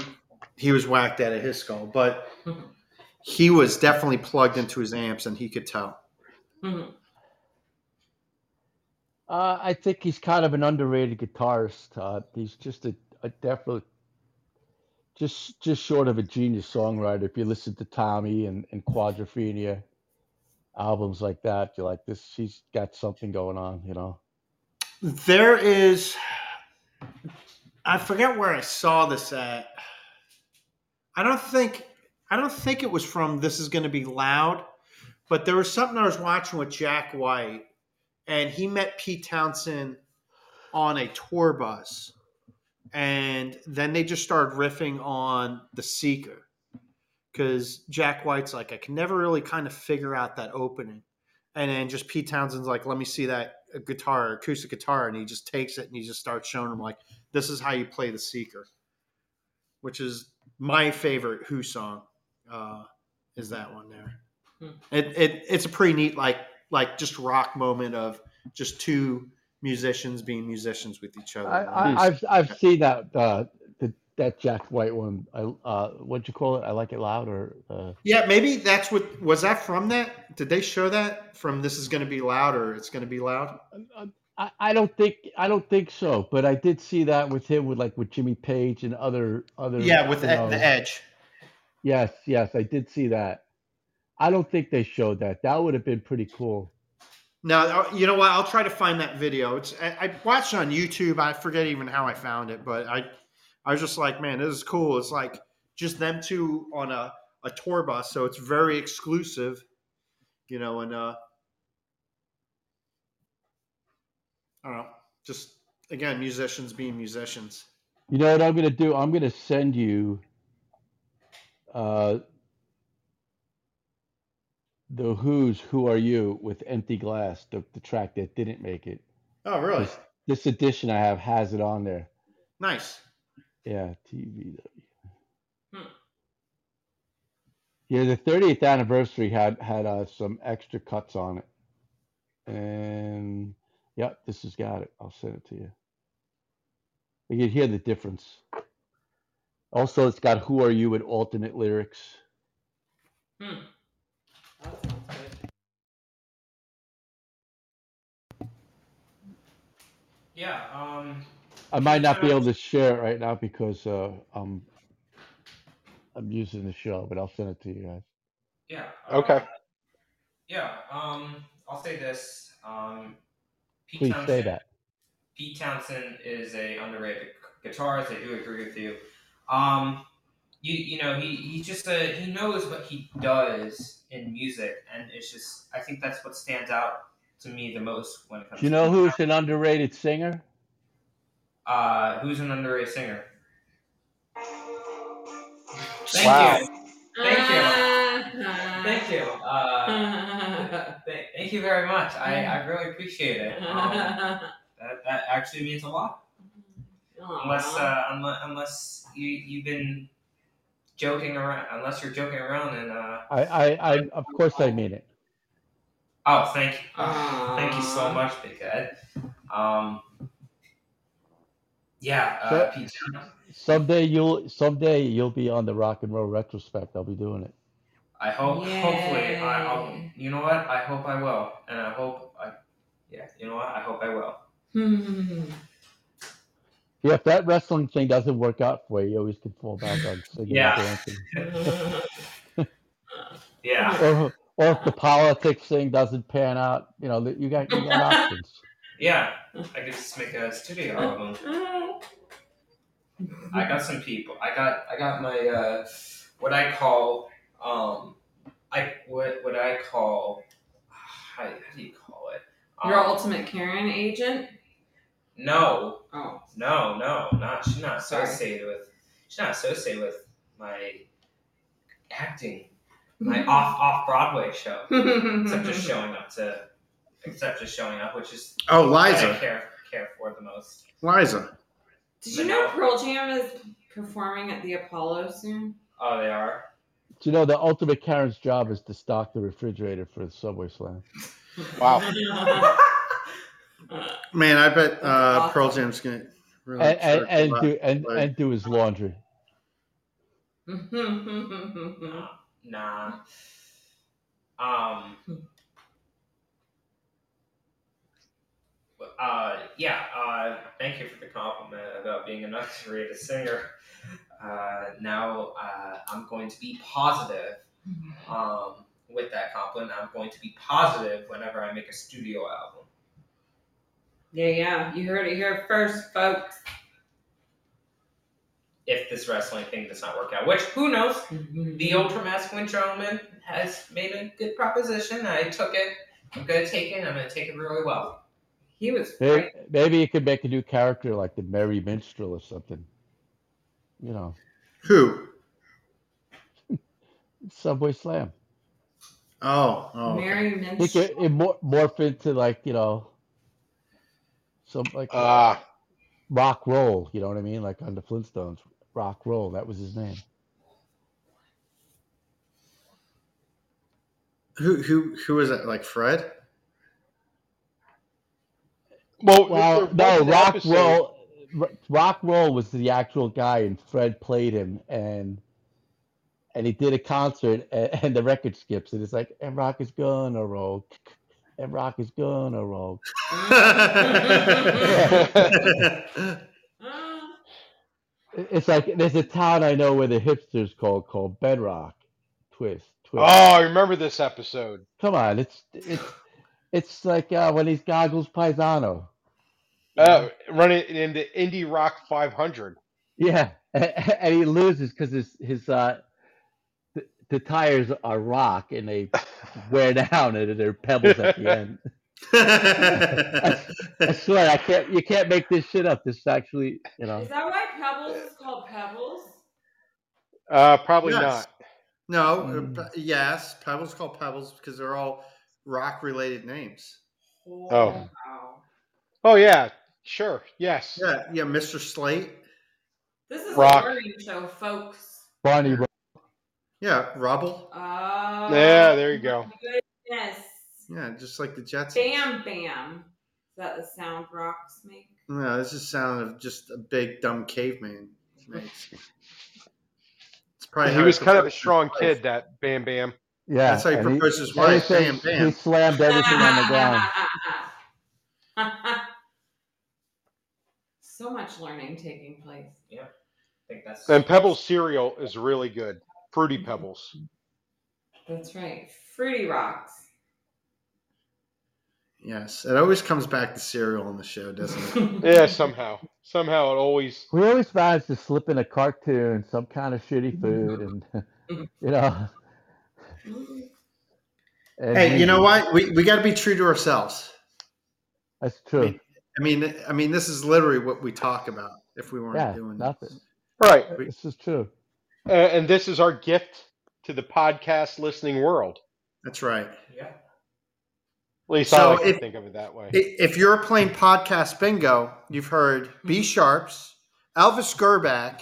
he was whacked out of his skull but he was definitely plugged into his amps and he could tell Mhm. Uh, I think he's kind of an underrated guitarist. Uh, he's just a, a definite, just just short of a genius songwriter. If you listen to Tommy and, and Quadrophenia albums like that, you're like, this. He's got something going on, you know. There is, I forget where I saw this at. I don't think, I don't think it was from This Is Going to Be Loud, but there was something I was watching with Jack White, and he met Pete Townsend on a tour bus, and then they just started riffing on The Seeker, because Jack White's like, I can never really kind of figure out that opening, And then just Pete Townsend's like, let me see that uh, guitar, acoustic guitar. And he just takes it and he just starts showing him, like, this is how you play the Seeker, which is my favorite Who song, uh, is that one there. Hmm. It, it, it's a pretty neat, like, like just rock moment of just two musicians being musicians with each other. I, I, I've I've seen that uh, the, that Jack White one. I, uh, what'd you call it? I like it loud or uh, Yeah, maybe that's what was that from that? Did they show that from this is going to be louder? It's going to be loud. I, I don't think I don't think so, but I did see that with him with like with Jimmy Page and other other Yeah, with you the, know- the E. edge. Yes, yes, I did see that. I don't think they showed that. That would have been pretty cool. Now uh, you know what? I'll try to find that video. It's I, I watched it on YouTube. I forget even how I found it, but I I was just like, man, this is cool. It's like just them two on a a tour bus, so it's very exclusive, you know. And uh, I don't know, just again, musicians being musicians. You know what I'm gonna do? I'm gonna send you uh the Who's Who Are You with Empty Glass, the, the track that didn't make it. Oh, really? This, this edition I have has it on there. Nice. Yeah, TVW. Hmm. Yeah, the 30th anniversary had had uh, some extra cuts on it, and yep, this has got it. I'll send it to you. You can hear the difference. Also, it's got "Who Are You" with alternate lyrics. Hmm. That sounds good. Yeah. Um, I might not be able to share it right now because uh, I'm I'm using the show, but I'll send it to you guys. yeah. uh, Okay. Yeah. Um, I'll say this. Um, Pete Please say Townsend- that. Pete Townsond is a underrated gu- guitarist. I do agree with you. Um, you you know he he's just a he knows what he does in music, and it's just I think that's what stands out to me the most when it comes. Do you to know Pete who's an underrated singer? Uh, who's an underrated singer? Thank Wow. you. Thank you. Uh-huh. Thank you. Uh, Uh-huh. th- thank you very much. I, I really appreciate it. Um, that, that actually means a lot. Unless Aw. uh, unless, unless you you've been joking around. Unless you're joking around and uh, I, I, I of course I mean it. oh thank you Aw. thank you so much, Big Ed. Um, yeah, uh, So- Pete. Townsend, Someday you'll someday you'll be on the rock and roll retrospect. I'll be doing it. I hope. Hopefully, I, I'll. Yay. You know what? I hope I will, and I hope I. Yeah, you know what? I hope I will. Hmm. Yeah, if that wrestling thing doesn't work out for you, you always can fall back on singing Yeah. and dancing. Yeah. Or, or if the politics thing doesn't pan out, you know, that you got you got options. Yeah, I could just make a studio album. I got some people. I got I got my uh, what I call um, I what what I call how, how do you call it? Um, Your ultimate Karen agent? No, Oh. no, no, not she's not Sorry. associated with she's not associated with my acting my Mm-hmm. off off Broadway show. Except just showing up to except just showing up, which is Oh, what Liza. I care care for the most. Liza. Did you know Pearl Jam is performing at the Apollo soon? Oh, they are. Do you know the ultimate Karen's job is to stock the refrigerator for the Subway Slam? Wow. Man, I bet That's uh, awesome. Pearl Jam's going to really. And and, jerk a and lot. do and, Right. and do his laundry. Nah. Um. Uh, yeah. Uh, thank you for the compliment about being an underrated singer. Uh, now uh, I'm going to be positive. Um, with that compliment, I'm going to be positive whenever I make a studio album. yeah, yeah. You heard it here first, folks. If this wrestling thing does not work out, which who knows? The ultra masculine gentleman has made a good proposition. I took it. I'm gonna take it. and I'm gonna take it really well. He was Maybe, right. maybe you could make a new character like the Merry Minstrel or something. You know, Who? Subway Slam. Oh, oh okay. Mary He Minch. could it mor- morph into like you know, some like Uh, Ah, rock roll. You know what I mean? Like on the Flintstones, rock roll. That was his name. Who who who is that? Like Fred? well, Well, there was no, an rock episode- roll. Ro- Rock roll was the actual guy, and Fred played him, and and he did a concert, and, and the record skips, and it's like, and rock is gonna roll, and rock is gonna roll. Ah, It- It's like there's a town I know where the hipsters called called Bedrock, twist, Oh, twist. I remember this episode. Come on, it's it's it's like uh, when he's goggles paisano. Uh, running in the Indie Rock 500. Yeah, and he loses because his his uh, the, the tires are rock and they wear down and they're pebbles at the end. I swear, I can't. You can't make this shit up. This is actually, you know. Is that why Pebbles is called Pebbles? Uh, probably Yes. no, not. Mm. uh, p- yes, Pebbles called Pebbles because they're all rock related names. Oh. Wow. Oh yeah, sure. Yes. Yeah, yeah, Mr. Slate. This is Rock. a learning show, folks. Barney, Yeah, Rubble. Oh. Yeah, there you go. Goodness. Yeah, just like the Jets. Bam Bam. Is that the sound rocks make? No, this is sound of just a big dumb caveman makes. It's probably he how was kind of a proposed his strong wife. kid, that Bam Bam. yeah. That's how he and he- proposed his and he wife. says Bam, He bam. slammed everything on the ground. so much learning taking place. I think that's And Pebbles cereal is really good. Fruity Pebbles. That's right. Fruity Rocks. Yes, it always comes back to cereal on the show, doesn't it? Yeah, somehow. Somehow it always We always managed to slip in a cartoon, some kind of shitty food, and you know. and hey, you know Wheaties. what? We, we got to be true to ourselves. That's true. I mean, I mean, this is literally what we talk about. If we weren't Yeah, doing nothing. right. We- This is true. Uh, and this is our gift to the podcast listening world. that's right. yeah. At least I So like to if- think of it that way. I- If you're playing podcast bingo, you've heard B Sharps, Elvis Gerback,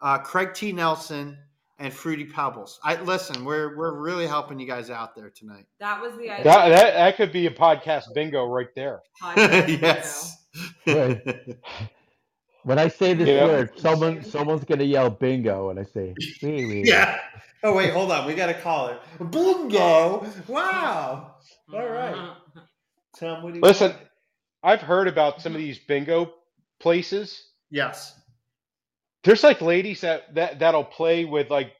uh, Craig T Nelson, and Fruity Pebbles. I listen. We're we're really helping you guys out there tonight. That was the that, idea. that that could be a podcast bingo right there. of the podcast yes. Right. When I say this Yeah. word, someone someone's gonna yell bingo, and I say bingo. Yeah. Oh wait, hold on. We got a caller. Bingo! Wow. show. All Uh-huh. right. Tom, what do you Listen, I've heard about some of these bingo places. Yes. There's like ladies that, that that'll play with like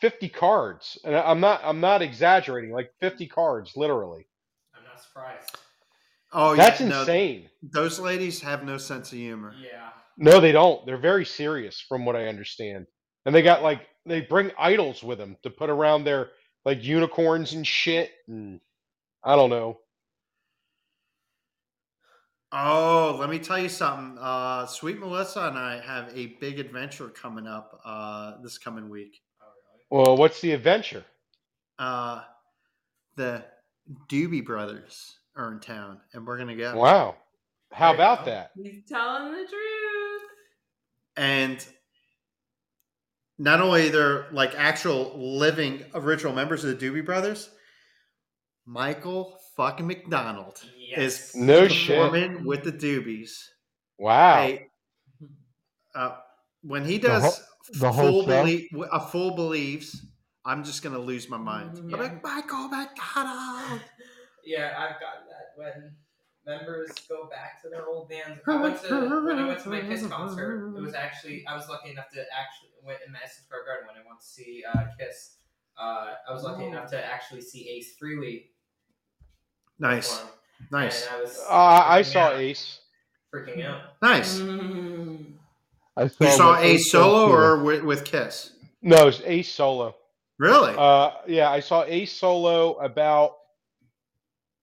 50 cards. And I- I'm not I'm not exaggerating, like 50 cards literally. I'm not surprised. Oh, That's yeah, no, insane. those ladies have no sense of humor. Yeah. No, they don't. They're very serious, from what I understand. And they got like they bring idols with them to put around their like unicorns and shit. And I don't know. Oh, let me tell you something. Uh, Sweet Melissa and I have a big adventure coming up uh, this coming week. Oh really? Well, what's the adventure? Uh, the Doobie Brothers are in town, and we're gonna go. Wow, how There you about go. that? He's telling the truth. and not only they're like actual living original members of the Doobie Brothers, Michael fucking McDonald Yes. is No shit. performing with the Doobies. Wow. Hey, uh, when he The whole- does the whole full show? belie- a full believes, I'm just gonna lose my mind. Mhm. I'm like Michael McDonald. Yeah, I've gotten that when members go back to their old bands. I went to when I went to my Kiss concert. It was actually I was lucky enough to actually went in Madison Square Garden when I went to see uh, Kiss. Uh, I was lucky Oh. enough to actually see Ace Frehley. Nice, perform, nice, And I was Uh, I freaking saw out, Ace. freaking out. nice. Mm. I You saw what a Ace Ventura- solo or with, with Kiss? No, it's Ace solo. Really? Uh, yeah, I saw Ace solo about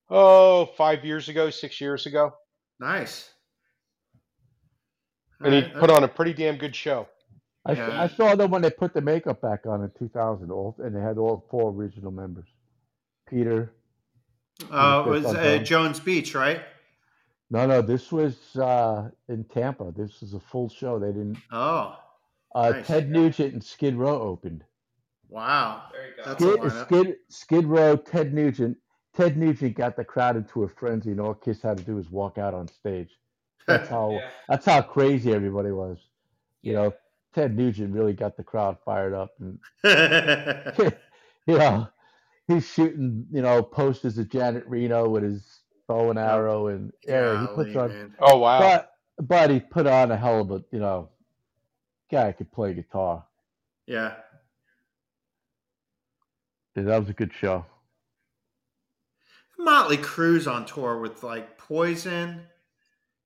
oh five years ago, six years ago, nice. and he Alright, put on a pretty damn good show. I, s- Yeah. I saw them when they put the makeup back on in 2000, all, and they had all four original members. Peter. Uh, it Fifth was on uh, Brown. Jones Beach, right? No, no, this was uh, in Tampa. This was a full show. They didn't. Oh, Uh, Nice. Ted Nugent and Skid Row opened. wow. There you go. That's a Skid, lineup. Skid, Skid Row, Ted Nugent. Ted Nugent got the crowd into a frenzy, and all Kiss had to do was walk out on stage. That's Oh. how Yeah. that's how crazy everybody was. You Yeah. know, Ted Nugent really got the crowd fired up, and yeah, you know, he's shooting you know posters of Janet Reno with his bow and arrow, and yeah, he puts on man. Oh wow. But but he put on a hell of a you know guy could play guitar. Yeah. Yeah, that was a good show. Motley Crue's on tour with like Poison,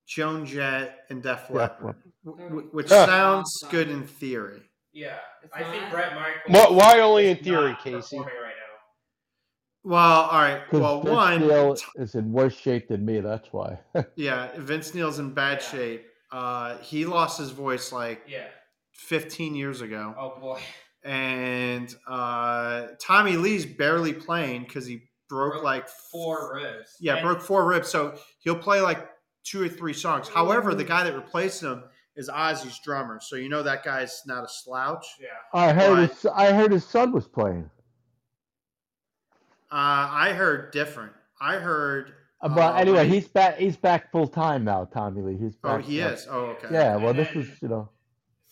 Joan Jett, and Def Def Leppard, Leppard. wh- which Huh. sounds good in theory. Yeah. It's I think not- Brett Michaels. Why- why only in is theory, not Casey? performing Right now. Well, all right. 'Cause Well, Vince one, Neil is in worse shape than me. That's why. yeah, Vince Neil's in bad Yeah. shape. Uh, he lost his voice like Yeah. 15 years ago. Oh boy. and uh, Tommy Lee's barely playing because he broke, Broke like Four ribs. Yeah, And- broke four ribs. So he'll play like two or three songs. However, the guy that replaced him is Ozzy's drummer, so you know that guy's not a slouch. Yeah. I heard Why? his I heard his son was playing, Uh, I heard different. I heard. Uh, uh, but anyway, when he- he's back. He's back full time now. Tommy Lee. He's Oh, back he now. is. Oh, okay. Yeah. Well, And this then- was you know.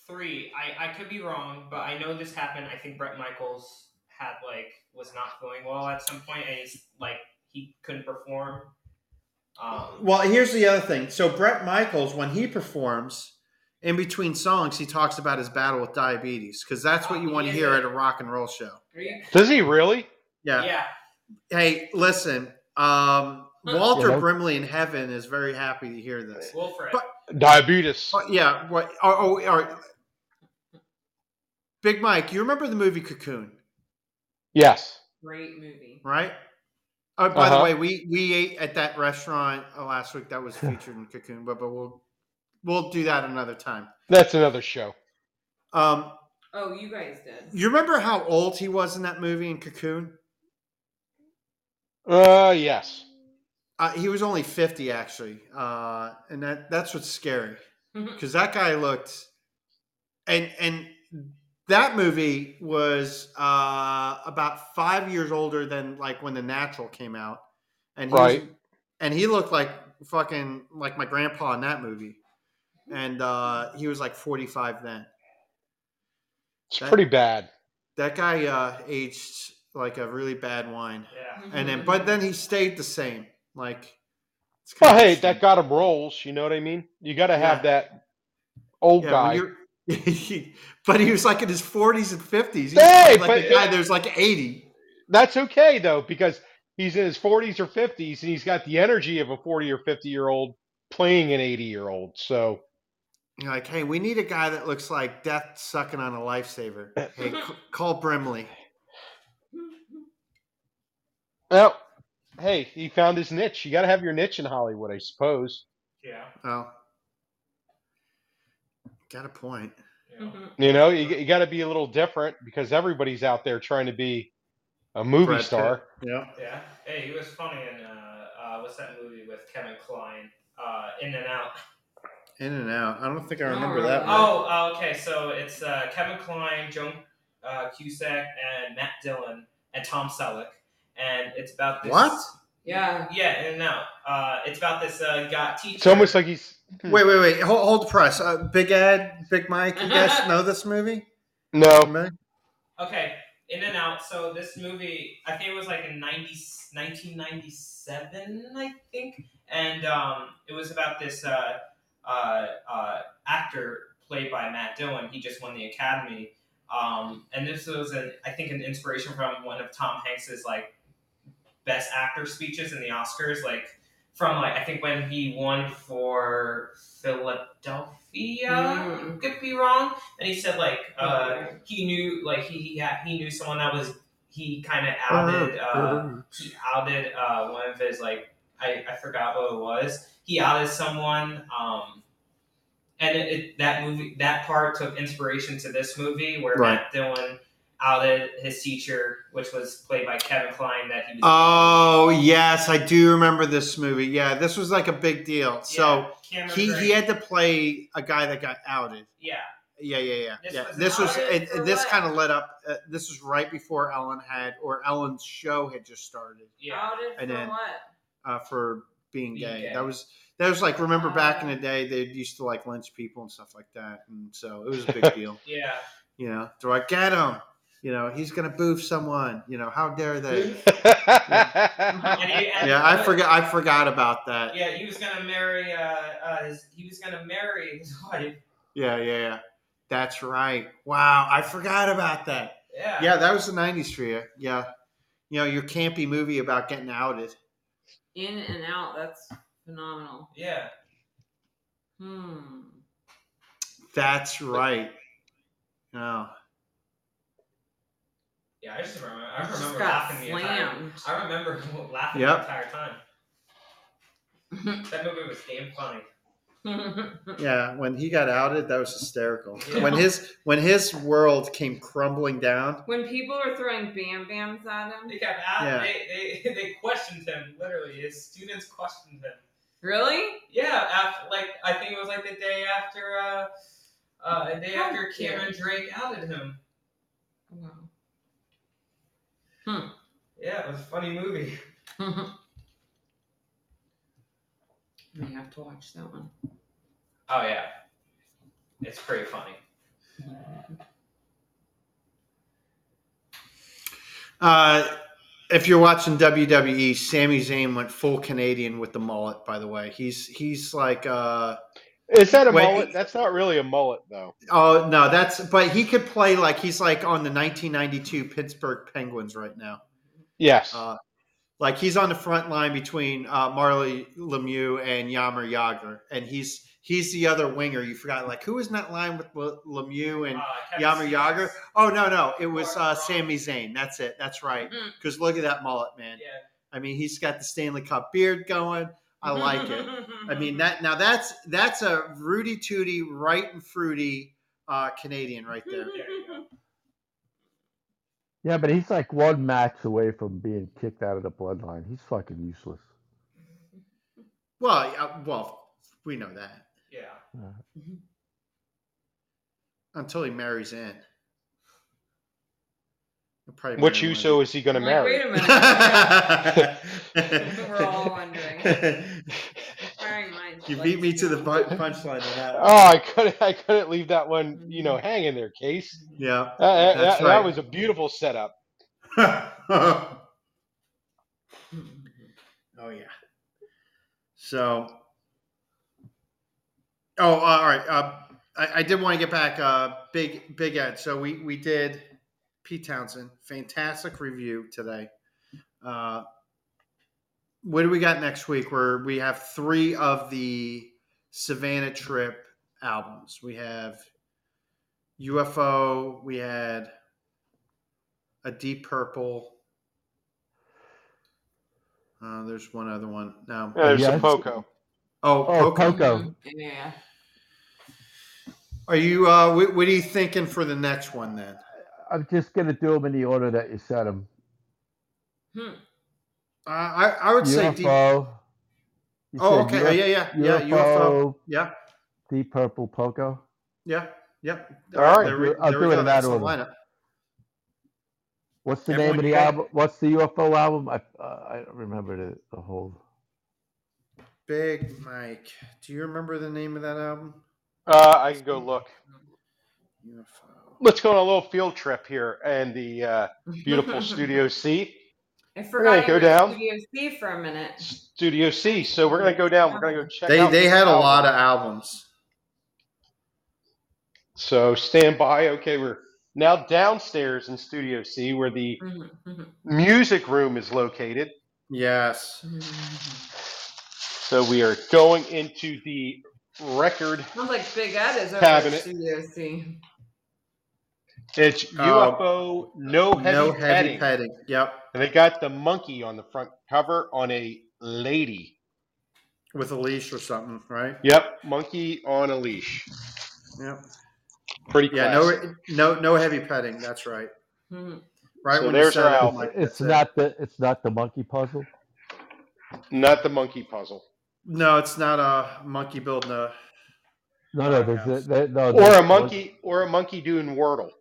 Three. I I could be wrong, but I know this happened. I think Brett Michaels had like was not feeling well at some point, and he's like he couldn't perform. Um. Well, here's the other thing. So Brett Michaels, when he performs in between songs, he talks about his battle with diabetes because that's Oh, what you want to hear at a rock and roll show. Are you Does he really? Yeah. yeah. Hey, listen. Um, Walter Yeah, that- Brimley in heaven is very happy to hear this. Wilfred. But- Diabetes. Oh, yeah. What? Oh, oh, all right. Big Mike, you remember the movie Cocoon, Yes. great movie? right? Oh, by the Uh-huh. way, we we ate at that restaurant uh, last week that was featured in Cocoon, but but we'll we'll do that another time. That's another show. Um, Oh, you guys did. you remember how old he was in that movie in Cocoon? Uh yes. Uh, he was only fifty actually, uh, and that that's what's scary. because that guy looked and and that movie was uh about five years older than like when the natural came out and he was- Right. and he looked like fucking like my grandpa in that movie and uh he was like 45 then It's That- pretty bad. that guy uh aged like a really bad wine yeah. and then but then he stayed the same like it's kinda Well, hey, interesting. that got him rolls. You know what I mean? You got to have Yeah. that old Yeah, guy. when you're- but he was like in his 40s and 50s. He's Hey, like but- a guy that was like 80. That's okay though, because he's in his 40s or 50s, and he's got the energy of a 40 or 50 year old playing an 80 year old. So You're like, hey, we need a guy that looks like death sucking on a lifesaver. Hey, c- call Brimley. well, hey, he found his niche. You got to have your niche in Hollywood, I suppose. Yeah. Oh, got a point. yeah. Mm-hmm. You know, you, you got to be a little different because everybody's out there trying to be a movie Brad Pitt. star. Yeah. Yeah. Hey, he was funny in uh, uh, what's that movie with Kevin Kline? Uh, In and Out. In and out. I don't think I Oh, remember really? that one. Oh, uh, okay. So it's uh, Kevin Kline, Joan uh, Cusack, and Matt Dillon and Tom Selleck, and it's about this. What? Yeah. Yeah, In and Out. Uh, it's about this uh, guy teacher. It's almost like he's Wait, wait, wait. Hold, hold the press. Uh, Big Ed, Big Mike, you guys know this movie? no. Okay, In and Out. So this movie, I think it was like in 90, 1997, I think, and um, it was about this uh, uh, uh, actor played by Matt Dillon. He just won the Academy, um, and this was, an, I think, an inspiration from one of Tom Hanks's like best actor speeches in the Oscars, like from like I think when he won for Philadelphia. Mm. Could be wrong, and he said like. Uh, Oh, he knew like he he, had, he knew someone that was he kind of outed uh, he outed uh, one of his like I, I forgot what it was he outed someone um and it, it, that movie that part took inspiration to this movie where Right. Matt Dillon outed his teacher, which was played by Kevin Klein, that he was. Oh yes, I do remember this movie. Yeah, this was like a big deal. So Cameron he Gray. he had to play a guy that got outed. yeah, Yeah, yeah, yeah. This yeah. was this was outed it, for this what? kind of led up. Uh, this was right before Ellen had or Ellen's show had just started yeah. Outed And for then- what? uh, for being Being gay. gay. That was that was like remember back in Ah. the day they used to like lynch people and stuff like that, and so it was a big deal. Yeah, You know, they're like get him. You know, he's gonna boof someone. You know, how dare they? And he- and- Yeah, I forgot. I forgot about that. Yeah, he was gonna marry. Uh, uh, his, he was gonna marry his wife. Yeah, yeah, yeah. That's right. Wow, I forgot about that. Yeah, Yeah, that was the '90s for you. Yeah, you know your campy movie about getting outed. In and out. That's phenomenal. yeah. Hmm. That's right. Oh, No, Yeah, I just remember. I Just remember got laughing the entire. slammed. I remember laughing Yep. the entire time. That movie was damn funny. yeah, when he got outed, that was hysterical. Yeah. When his when his world came crumbling down. when people are throwing bam bams at him, They kept out. Yeah. They, they they questioned him literally. His students questioned him. really? Yeah, after like I think it was like the day after uh, uh the day How after dare Cameron Drake outed him. Wow. Yeah, it was a funny movie. May have to watch that one. Oh yeah, it's pretty funny. Uh, if you're watching WWE, Sami Zayn went full Canadian with the mullet. By the way, he's he's like uh Is that a Wait. mullet? That's not really a mullet, though. oh no, that's but he could play like he's like on the 1992 Pittsburgh Penguins right now. Yes. Uh, like he's on the front line between uh, Marley Lemieux and Yammer Yager, and he's he's the other winger. You forgot like who was in that line with Le- Lemieux and Uh, Kevin Yammer Stevens. Yager? Oh no, no, it was Or- uh, Sami Zayn. That's it. That's right. Mm. Because look at that mullet, man. Yeah, I mean, he's got the Stanley Cup beard going. I like it. I mean that now that's that's a Rudy Tooty right and fruity uh, Canadian right there. there you go. Yeah, but he's like one match away from being kicked out of the bloodline. He's fucking useless. Well, uh, well, we know that Yeah, Uh, until he marries in. Probably Which marry Uso is he going to Like, marry? Wait a one minute. of That's what We're all them. wondering. Bearing in mind, you like, beat me to the know. pu- punchline of that. Oh, I couldn't. I couldn't leave that one, you Mm-hmm. know, hanging there, Case. yeah. That, that- That's that- right. that was a beautiful setup. oh yeah. So, oh, all right. Uh, I, I did want to get back. Uh, big Big Ed. So we we did Pete Townsend. Fantastic review today. Uh, what do we got next week? Where we have three of the Savannah Trip albums. We have UFO. We had a Deep Purple. Uh, there's one other one. No. Yeah, there's some Yes. Poco. Oh, Oh, Coco. Coco. Yeah. Are you? Uh, what, what are you thinking for the next one then? I'm just gonna do them in the order that you said them. Hmm. Uh, I I would say. Deep, oh, UFO. You said okay. UFO, yeah, yeah, yeah, yeah. UFO. Yeah, Deep Purple Poco. yeah, yeah. All right. we- I'll do we it go. in that That's the order. lineup. What's the Everyone name of the you got? album? What's the UFO album? I uh, I don't remember the, the whole. Big Mike. Do you remember the name of that album? Uh, I can go look. UFO. Let's go on a little field trip here and the uh, beautiful Studio C. I gonna forgot go go down. down. Studio C for a minute. Studio C. So we're gonna go down. We're gonna go check. They out they this had a album. lot of albums. So stand by. Okay, we're now downstairs in Studio C, where the Mm-hmm. music room is located. Yes. Sounds So we are going into the record. like Big Ed is over Cabinet. at Studio C. It's UFO. No heavy Oh, no petting. heavy petting. Yep. And they got the monkey on the front cover on a lady. With a leash or something, right? Yep, monkey on a leash. Yep. Pretty Yeah. classic. No. No. No heavy petting. That's right. Hmm. Right So when there's you our said it, album. I'm like, it's that's it. not the it's not the monkey puzzle. Not the monkey puzzle. No, it's not a monkey building a. No, no, there's a, there, no, Or there's a one- monkey or a monkey doing Wordle.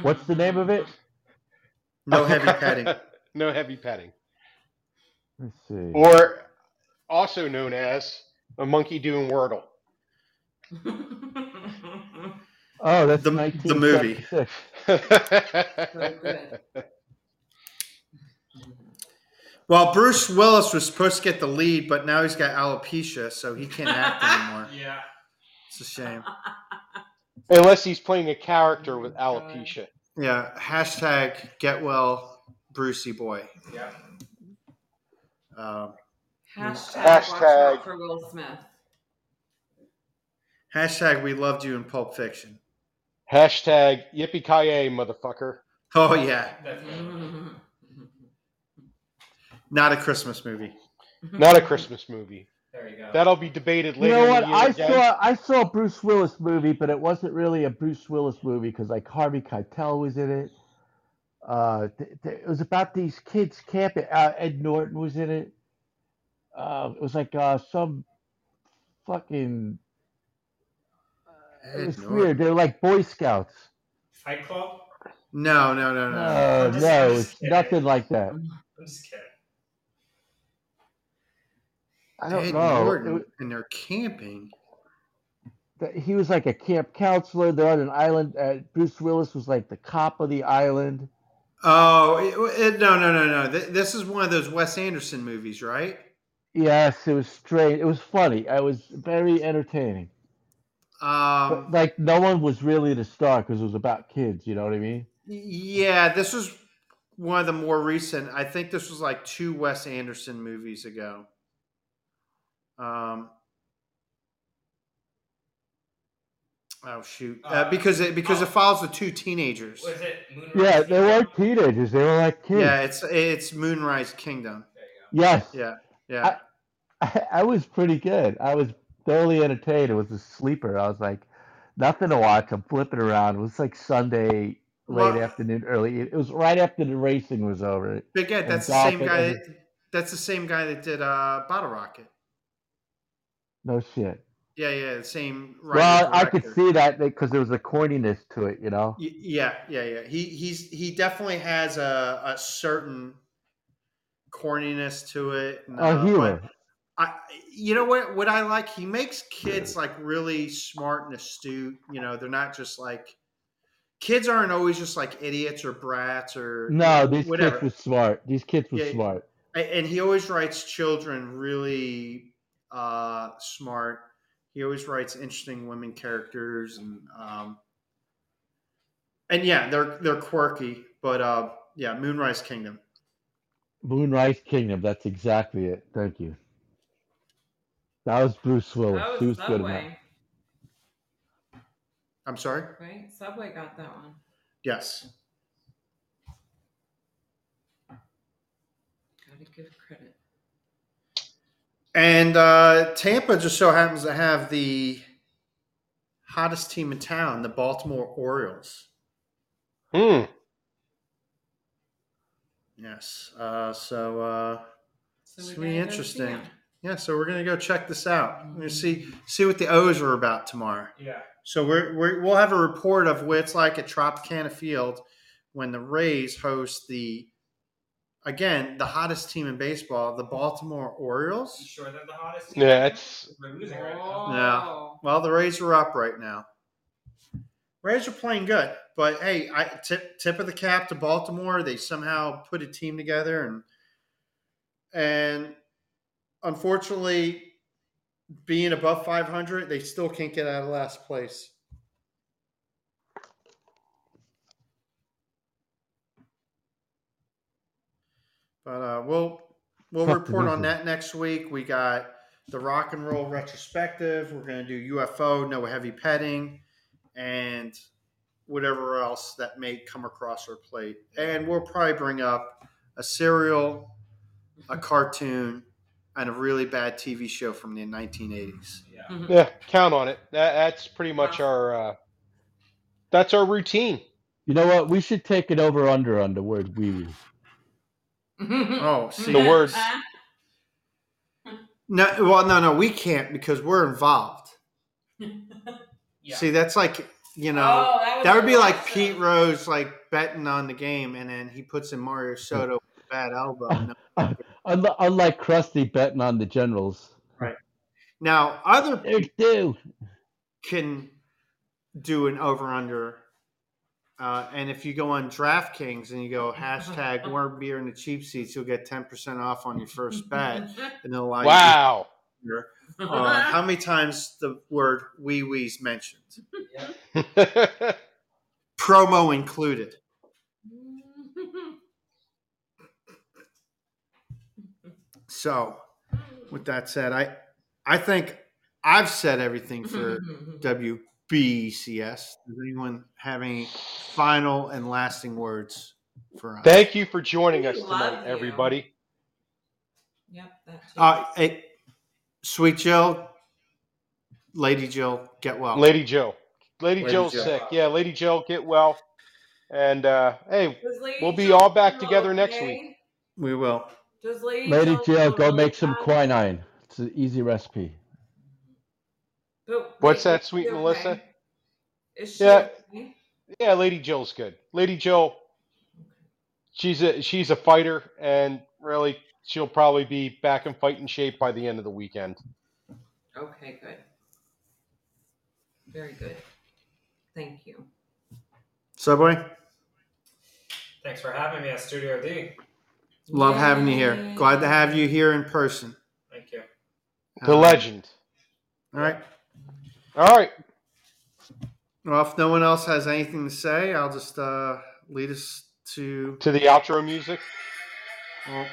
What's the name of it? No heavy petting. no heavy petting. Let's see. Or also known as a monkey doing Wordle. oh, that's the- the movie. 1976. Very good. Well, Bruce Willis was supposed to get the lead, but now he's got alopecia, so he can't act anymore. Yeah. It's a shame. Unless he's playing a character with alopecia. Yeah. Hashtag get well, Brucey boy. Yeah. Um, Hashtag, watch Hashtag. out for Will Smith. hashtag we loved you in Pulp Fiction. Hashtag yippee ki motherfucker. Oh yeah, That's Mm-hmm. good. not a Christmas movie. Mm-hmm. Not a Christmas movie. There you go. That'll be debated You later. know in what? the year I again. saw I saw a Bruce Willis movie, but it wasn't really a Bruce Willis movie because like Harvey Keitel was in it. Uh, th- th- it was about these kids camping. Uh, Ed Norton was in it. Uh, it was like uh, some fucking. It was weird. They were like Boy Scouts. Fight Club? No, no, no, no. no. No, just- Uh, no, I'm it's just kidding. nothing like that. I'm just kidding. I don't Ed know. Oh, It Norton, was- and they're camping. that he was like a camp counselor. They're on an island. Uh, Bruce Willis was like the cop of the island. Oh it, it- no, no, no, no. Th- This is one of those Wes Anderson movies, right? Yes, it was strange. It was funny. It was very entertaining. But Um, like no one was really the star because it was about kids. You know what I mean? yeah, this was one of the more recent. I think this was like two Wes Anderson movies ago. Um. Oh shoot! Uh, Uh, because it because it oh. follows the two teenagers. Was it Moonrise? Yeah, they Kingdom? weren't teenagers. They were like kids. Yeah, it's it's Moonrise Kingdom. There you Yes. Yeah. Yeah. I, I was pretty good. I was thoroughly entertained. It was a sleeper. I was like, nothing to watch. I'm flipping around. It was like Sunday late Well- afternoon, early. e, It was right after the racing was over. Big Ed, And that's the same Dolphin guy. and- That, that's the same guy that did uh, Bottle Rocket. No shit. Yeah, yeah, the same. writer, Well, I could director. see that because there was a corniness to it, you know. Y- Yeah, yeah, yeah. He he's he definitely has a, a certain corniness to it. and, uh, A but humor. I, you know what? What I like, he makes kids like really smart and astute. You know, they're not just like kids aren't always just like idiots or brats or No, these whatever. kids were smart. These kids were Yeah, smart. A- and he always writes children really uh, smart. He always writes interesting women characters, and um, and yeah, they're they're quirky, but uh, yeah, Moonrise Kingdom. Moonrise Kingdom. That's exactly it. Thank you. That was Bruce Willis. That he was was good in that. Subway, I'm sorry. right? Subway got that one. Yes, Gotta give credit. and uh, Tampa just so happens to have the hottest team in town, the Baltimore Orioles. Hmm. Yes, uh, so. Uh, It's we gonna be gotta go see interesting. it. Yeah, so we're gonna go check this out. We're gonna see see what the O's are about tomorrow. go. Yeah. So we're, we're we'll have a report of what it's like at Tropicana Field when the Rays host the again the hottest team in baseball, the Baltimore You Orioles. sure they're the hottest? team? Yeah, it's We're Oh. losing right now. No. Well, the Rays are up right now. Rays are playing good, but hey, I tip tip of the cap to Baltimore. They somehow put a team together and and unfortunately being above 500, they still can't get out of last place. But uh, we'll we'll Tough report on division. that next week. We got the rock and roll retrospective. We're going to do UFO, no heavy petting, and whatever else that may come across our plate. And we'll probably bring up a serial, a cartoon, and a really bad TV show from the 1980s. Yeah. Mhm. yeah, count on it. That, that's pretty much our uh, that's our routine. You know what? We should take it over under on the word wee wee. Oh, see. The word- No, well, no, no, we can't because we're involved. Yeah. See, that's like you know, Oh, that, was that would be like awesome. Pete Rose like betting on the game, and then he puts in Mario Soto with a bad elbow. No. Unlike, unlike Krusty betting on the Generals, Now, other they do. can do an over under. Uh, and if you go on DraftKings and you go hashtag more beer in the cheap seats, you'll get 10% off on your first bet. And they'll allow you to Wow. hear, uh, how many times the word wee wee's mentioned? Promo included. So, with that said, I I think I've said everything for WBCS. Does anyone have any final and lasting words for us? Thank you for joining We us tonight, love you. everybody. Yep. That too. Uh, hey, sweet Jill, Lady Jill, get well. Lady Jill. Lady, Lady Jill's Jill. sick. Yeah, Lady Jill, get well. And uh, hey, Does Lady We'll be Jill all back feel together next okay? We will. Does Lady, Lady Jill, feel go really make some bad? quinine. It's an easy recipe. But What's wait, that, is sweet she okay? Melissa? Is she Yeah. okay? yeah, Lady Jill's good. Lady Jill, she's a she's a fighter, and really, she'll probably be back in fighting shape by the end of the weekend. Okay, good. Very good. Thank you. Subway, Thanks for having me at Studio D. love having you here. Glad to have you here in person. Thank you. The Uh, legend. All right. All right. Well, if no one else has anything to say, I'll just uh, lead us to. to the outro music. well,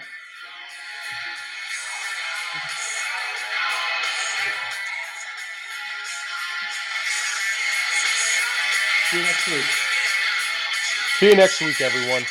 see you next week. See you next week, everyone.